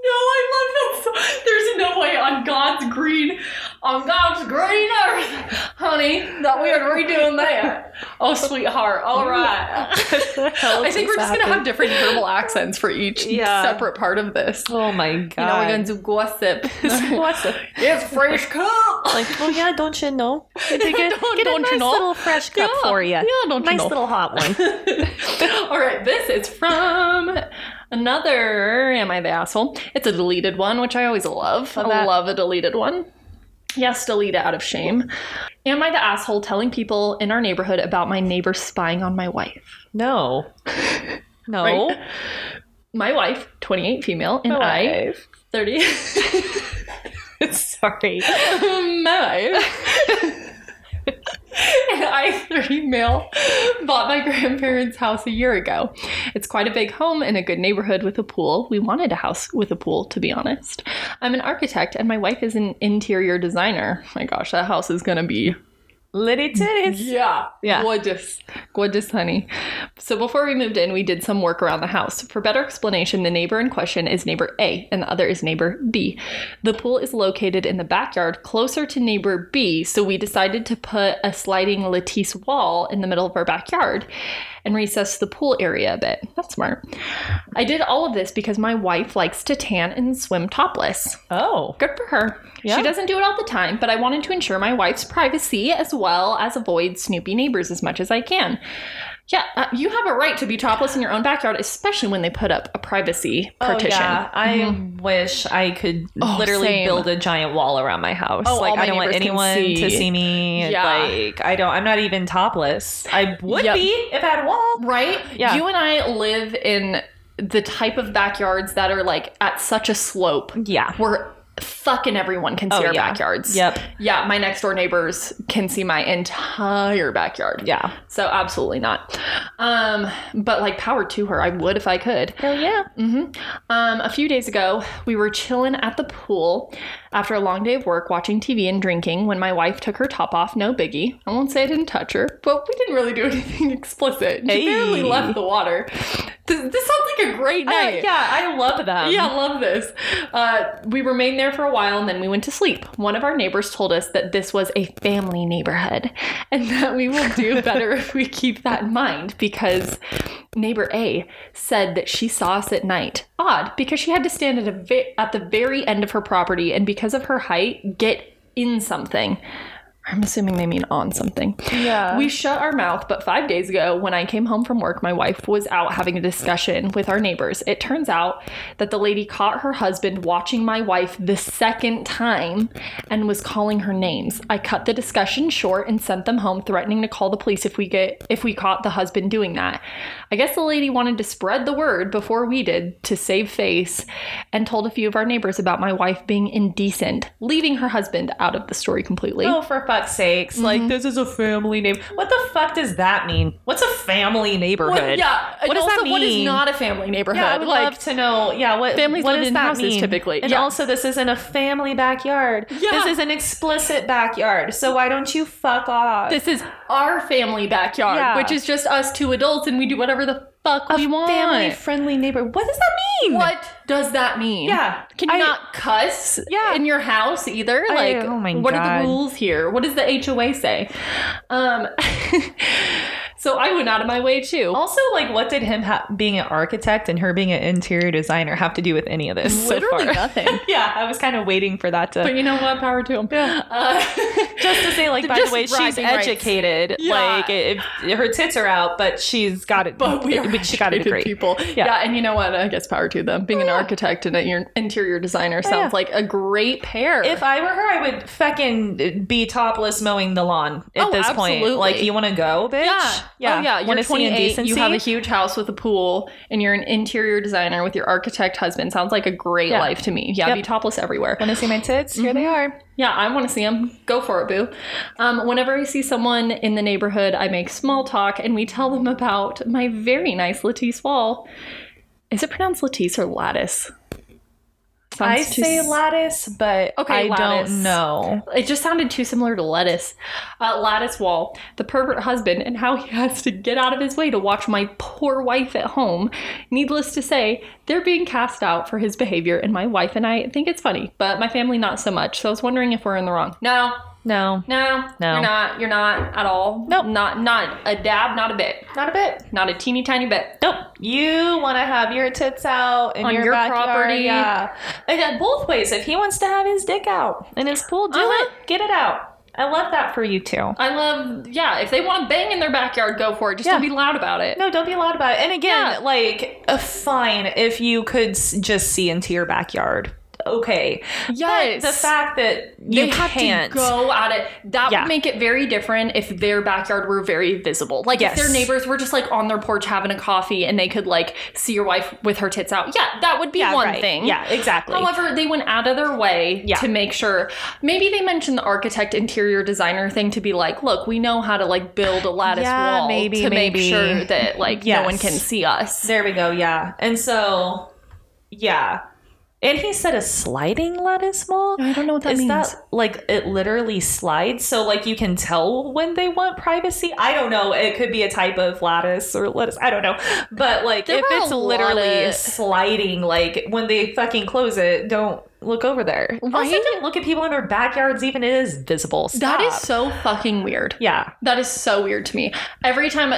Speaker 1: I love that. So- There's no way on God's green, on God's green earth, honey, that we are redoing that. Oh, sweetheart. All right. I think we're just gonna have different verbal accents for each
Speaker 2: Yeah.
Speaker 1: separate part of this.
Speaker 2: Oh my god.
Speaker 1: You know, we're gonna do gossip.
Speaker 3: What's it?
Speaker 1: it's fresh cup.
Speaker 3: Like, oh yeah, don't you know? You take a-
Speaker 1: Don't-
Speaker 3: get a
Speaker 1: don't you
Speaker 3: nice
Speaker 1: know?
Speaker 3: little fresh cup
Speaker 1: Yeah,
Speaker 3: for you.
Speaker 1: yeah, don't you
Speaker 3: nice
Speaker 1: know?
Speaker 3: little hot one.
Speaker 1: All right, this is from another Am I the Asshole? It's a deleted one, which I always love.
Speaker 2: Love
Speaker 1: I
Speaker 2: that.
Speaker 1: love a deleted one. Yes, delete it out of shame. Am I the asshole telling people in our neighborhood about my neighbor spying on my wife?
Speaker 2: no. No.
Speaker 1: Right? My wife, 28 female, and I, 30.
Speaker 2: Sorry.
Speaker 1: my wife. and I, 30 male, bought my grandparents' house a year ago. It's quite a big home in a good neighborhood with a pool. We wanted a house with a pool, to be honest. I'm an architect and my wife is an interior designer. My gosh, that house is gonna be
Speaker 2: Litty titties.
Speaker 1: yeah.
Speaker 2: Yeah.
Speaker 1: Gorgeous. Gorgeous, honey. So before we moved in, we did some work around the house. For better explanation, the neighbor in question is neighbor A and the other is neighbor B. The pool is located in the backyard closer to neighbor B, so we decided to put a sliding lattice wall in the middle of our backyard and recess the pool area a bit. That's smart. I did all of this because my wife likes to tan and swim topless.
Speaker 2: Oh.
Speaker 1: Good for her. She
Speaker 2: Yeah.
Speaker 1: doesn't do it all the time, but I wanted to ensure my wife's privacy as well as avoid snoopy neighbors as much as I can. Yeah, uh, you have a right to be topless in your own backyard, especially when they put up a privacy partition. Mm-hmm.
Speaker 2: Oh, yeah. I wish I could
Speaker 1: Oh,
Speaker 2: literally
Speaker 1: same.
Speaker 2: build a giant wall around my house.
Speaker 1: Oh, all
Speaker 2: like
Speaker 1: my
Speaker 2: I don't want
Speaker 1: neighbors can
Speaker 2: anyone
Speaker 1: see.
Speaker 2: to see me.
Speaker 1: Yeah.
Speaker 2: Like I don't I'm not even topless. I would
Speaker 1: Yep.
Speaker 2: be if I had a wall.
Speaker 1: Right?
Speaker 2: Yeah.
Speaker 1: You and I live in the type of backyards that are like at such a slope
Speaker 2: Yeah.
Speaker 1: where fucking everyone can see
Speaker 2: Oh,
Speaker 1: our
Speaker 2: yeah.
Speaker 1: backyards.
Speaker 2: Yep.
Speaker 1: Yeah, my next door neighbors can see my entire backyard.
Speaker 2: Yeah.
Speaker 1: So absolutely not. Um, but like power to her, I would if I could.
Speaker 3: Hell yeah.
Speaker 1: Um, a few days ago, we were chilling at the pool after a long day of work, watching TV and drinking. When my wife took her top off, no biggie. I won't say I didn't touch her, but we didn't really do anything explicit. She
Speaker 2: Hey.
Speaker 1: barely left the water. This, this sounds like a great
Speaker 2: Uh,
Speaker 1: night.
Speaker 2: yeah, I love them.
Speaker 1: Yeah, I love this. Uh, we remained there for a while and then we went to sleep. One of our neighbors told us that this was a family neighborhood and that we will do better if we keep that in mind because neighbor A said that she saw us at night. Odd, because she had to stand at, a ve- at the very end of her property and because of her height, get in something. I'm assuming they mean on something.
Speaker 2: Yeah.
Speaker 1: We shut our mouth, but five days ago, when I came home from work, my wife was out having a discussion with our neighbors. It turns out that the lady caught her husband watching my wife the second time and was calling her names. I cut the discussion short and sent them home, threatening to call the police if we get if we caught the husband doing that. I guess the lady wanted to spread the word before we did to save face and told a few of our neighbors about my wife being indecent, leaving her husband out of the story completely.
Speaker 2: Oh, for fuck's sakes.
Speaker 1: Mm-hmm.
Speaker 2: Like, this is a family name. What the fuck does that mean? What's a family neighborhood?
Speaker 1: What, yeah.
Speaker 2: What
Speaker 1: and
Speaker 2: does
Speaker 1: also,
Speaker 2: that
Speaker 1: What is
Speaker 2: mean?
Speaker 1: not a family neighborhood?
Speaker 2: Yeah, I would
Speaker 1: like,
Speaker 2: love to know. Yeah, what
Speaker 1: Families
Speaker 2: what
Speaker 1: live
Speaker 2: does
Speaker 1: in
Speaker 2: that
Speaker 1: houses
Speaker 2: mean?
Speaker 1: typically,
Speaker 2: and
Speaker 1: yeah.
Speaker 2: also this isn't a family backyard.
Speaker 1: Yeah.
Speaker 2: This is an explicit backyard. So why don't you fuck off?
Speaker 1: this is our family backyard,
Speaker 2: Yeah.
Speaker 1: which is just us two adults, and we do whatever the fuck we want.
Speaker 2: family-friendly neighbor. What does that mean?
Speaker 1: what does that mean?
Speaker 2: Yeah,
Speaker 1: Can you
Speaker 2: I-
Speaker 1: not cuss
Speaker 2: Yeah.
Speaker 1: in your house either?
Speaker 2: I-
Speaker 1: Like,
Speaker 2: oh my
Speaker 1: what are
Speaker 2: God.
Speaker 1: the rules here? What does the HOA say? Um, so I went out of my way too.
Speaker 2: Also, like, what did him ha- being an architect and her being an interior designer have to do with any of this?
Speaker 1: Literally
Speaker 2: so far?
Speaker 1: nothing.
Speaker 2: yeah, I was kind of waiting for that to.
Speaker 1: But you know what? Power to him. Uh,
Speaker 2: just to say, like, by
Speaker 1: Just
Speaker 2: the way, she's
Speaker 1: rising rights.
Speaker 2: educated.
Speaker 1: Yeah.
Speaker 2: Like, it, it- her tits are out, but she's got it.
Speaker 1: but we are
Speaker 2: she got a
Speaker 1: educated
Speaker 2: degree.
Speaker 1: people. Yeah.
Speaker 2: Yeah.
Speaker 1: and you know what? I guess power to them. Being an architect and an interior designer sounds
Speaker 2: Oh, yeah.
Speaker 1: like a great pair.
Speaker 2: If I were her, I would fucking be topless mowing the lawn at
Speaker 1: Oh,
Speaker 2: this
Speaker 1: absolutely.
Speaker 2: point. Like, you want to go, bitch?
Speaker 1: yeah, yeah, oh, yeah. You're
Speaker 2: Want to see
Speaker 1: 28.
Speaker 2: indecency?
Speaker 1: You have a huge house with a pool, and you're an interior designer with your architect husband. Sounds like a great
Speaker 2: Yeah.
Speaker 1: life to me. Yeah,
Speaker 2: Yep.
Speaker 1: be topless everywhere.
Speaker 2: want to see my tits? Here
Speaker 1: Mm-hmm.
Speaker 2: they are.
Speaker 1: Yeah, I want to see them. Go for it, boo. Um, whenever I see someone in the neighborhood, I make small talk and we tell them about my very nice lattice wall. Is it pronounced lattice or lattice? sounds
Speaker 2: I
Speaker 1: too
Speaker 2: say
Speaker 1: s-
Speaker 2: lattice, but
Speaker 1: Okay,
Speaker 2: I
Speaker 1: lattice.
Speaker 2: don't know.
Speaker 1: It just sounded too similar to lettuce. Uh, lattice wall, the pervert husband, and how he has to get out of his way to watch my poor wife at home. Needless to say, they're being cast out for his behavior, and my wife and I think it's funny, but my family not so much. So I was wondering if we're in the wrong. No,
Speaker 2: No,
Speaker 1: no,
Speaker 2: No.
Speaker 1: you're not. You're not at all.
Speaker 2: Nope.
Speaker 1: Not not a dab, not a bit,
Speaker 2: not a bit.
Speaker 1: not a teeny tiny bit.
Speaker 2: Nope. You want to have your tits out in
Speaker 1: On
Speaker 2: your,
Speaker 1: your
Speaker 2: backyard,
Speaker 1: property.
Speaker 2: Yeah. And uh, both ways. If he wants to have his dick out in his pool, do
Speaker 1: Uh-huh.
Speaker 2: it. Get it out. I love that for you too.
Speaker 1: I love. Yeah, if they want to bang in their backyard, go for it. Just don't
Speaker 2: Yeah.
Speaker 1: be loud about it.
Speaker 2: No, don't be loud about it. And again,
Speaker 1: Yeah.
Speaker 2: like, uh, fine if you could s- just see into your backyard. Okay.
Speaker 1: Yes.
Speaker 2: But the fact that you
Speaker 1: they have
Speaker 2: can't.
Speaker 1: to go at it. That
Speaker 2: Yeah.
Speaker 1: would make it very different if their backyard were very visible. Like
Speaker 2: Yes.
Speaker 1: if their neighbors were just like on their porch having a coffee and they could like see your wife with her tits out. Yeah, that would be
Speaker 2: yeah,
Speaker 1: one
Speaker 2: right.
Speaker 1: thing.
Speaker 2: Yeah, exactly.
Speaker 1: However, they went out of their way
Speaker 2: Yeah.
Speaker 1: to make sure. Maybe they mentioned the architect interior designer thing to be like, look, we know how to like build a lattice
Speaker 2: Yeah,
Speaker 1: wall
Speaker 2: maybe,
Speaker 1: to
Speaker 2: maybe.
Speaker 1: make sure that like no one
Speaker 2: Yes.
Speaker 1: can see us.
Speaker 2: There we go. Yeah. And so, yeah. And he said a sliding lattice wall.
Speaker 1: I don't know what that
Speaker 2: Is
Speaker 1: means.
Speaker 2: that like it literally slides so like you can tell when they want privacy? I don't know. It could be a type of lattice or lettuce. I don't know. But like
Speaker 1: There
Speaker 2: if
Speaker 1: were
Speaker 2: it's
Speaker 1: a lot
Speaker 2: literally
Speaker 1: of-
Speaker 2: sliding, like when they fucking close it, don't look over there. Also,
Speaker 1: Right?
Speaker 2: don't look at people in their backyards, even if it is visible.
Speaker 1: that is
Speaker 2: Stop.
Speaker 1: so fucking weird.
Speaker 2: yeah.
Speaker 1: That is so weird to me. Every time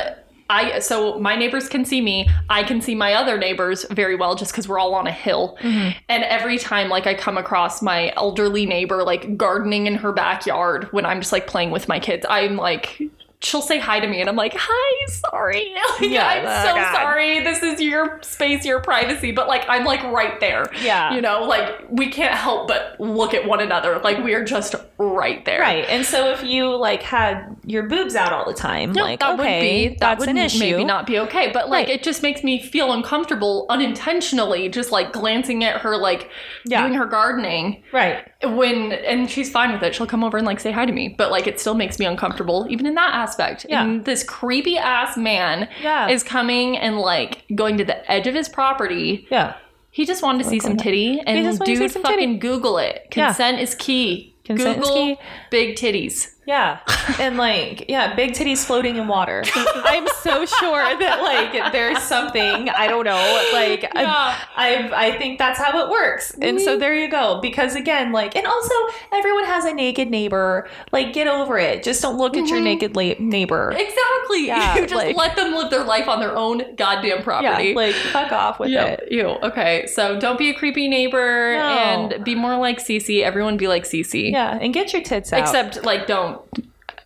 Speaker 1: I so my neighbors can see me, I can see my other neighbors very well just cuz we're all on a hill.
Speaker 2: Mm-hmm.
Speaker 1: And every time like I come across my elderly neighbor like gardening in her backyard when I'm just like playing with my kids, I'm like she'll say hi to me and I'm like, "Hi, sorry." Like,
Speaker 2: Yeah,
Speaker 1: I'm
Speaker 2: oh
Speaker 1: so
Speaker 2: God.
Speaker 1: sorry. This is your space, your privacy, but like I'm like right there.
Speaker 2: Yeah.
Speaker 1: You know, like we can't help but look at one another. Like we are just right there.
Speaker 2: Right. And so if you like had your boobs out all the time,
Speaker 1: No,
Speaker 2: like
Speaker 1: that
Speaker 2: okay,
Speaker 1: would be that
Speaker 2: that's
Speaker 1: would
Speaker 2: an
Speaker 1: m-
Speaker 2: issue.
Speaker 1: Maybe not be okay, but like
Speaker 2: Right.
Speaker 1: it just makes me feel uncomfortable unintentionally, just like glancing at her, like
Speaker 2: Yeah.
Speaker 1: doing her gardening.
Speaker 2: Right.
Speaker 1: When and she's fine with it, she'll come over and like say hi to me, but like it still makes me uncomfortable, even in that aspect.
Speaker 2: Yeah.
Speaker 1: And this creepy ass man
Speaker 2: Yeah.
Speaker 1: is coming and like going to the edge of his property.
Speaker 2: Yeah.
Speaker 1: He just wanted to see some titty, and
Speaker 2: oh, just wanted to see
Speaker 1: dude,
Speaker 2: some
Speaker 1: fucking
Speaker 2: titty.
Speaker 1: Google it.
Speaker 2: Yeah.
Speaker 1: Consent is key.
Speaker 2: Consent is
Speaker 1: Google
Speaker 2: key.
Speaker 1: big titties.
Speaker 2: Yeah. And like, yeah, big titties floating in water. I'm so sure that like there's something, I don't know, like Mhm.
Speaker 1: Yeah.
Speaker 2: I I I think that's how it works. And so there you go because again, like and also everyone has a naked neighbor. Like get over it. Just don't look at your naked la- neighbor.
Speaker 1: Exactly.
Speaker 2: Yeah,
Speaker 1: you just
Speaker 2: like-
Speaker 1: let them live their life on their own goddamn property.
Speaker 2: Yeah, like fuck off with
Speaker 1: yeah,
Speaker 2: it.
Speaker 1: ew. Okay, so don't be a creepy neighbor
Speaker 2: No.
Speaker 1: and be more like Cece. Everyone be like Cece.
Speaker 2: Yeah, and get your tits out.
Speaker 1: Except like don't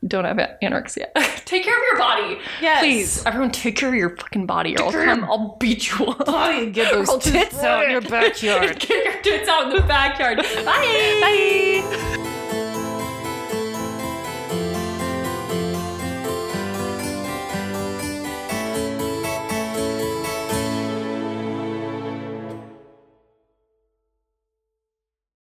Speaker 1: don't have anorexia. take care of your body.
Speaker 2: Yes.
Speaker 1: Please, everyone, take care of your fucking body, or I'll come. I'll beat you up.
Speaker 2: Oh, get those
Speaker 1: I'll
Speaker 2: tits
Speaker 1: destroy
Speaker 2: out in
Speaker 1: it.
Speaker 2: your backyard.
Speaker 1: Get your tits out in the backyard. Bye.
Speaker 2: Bye.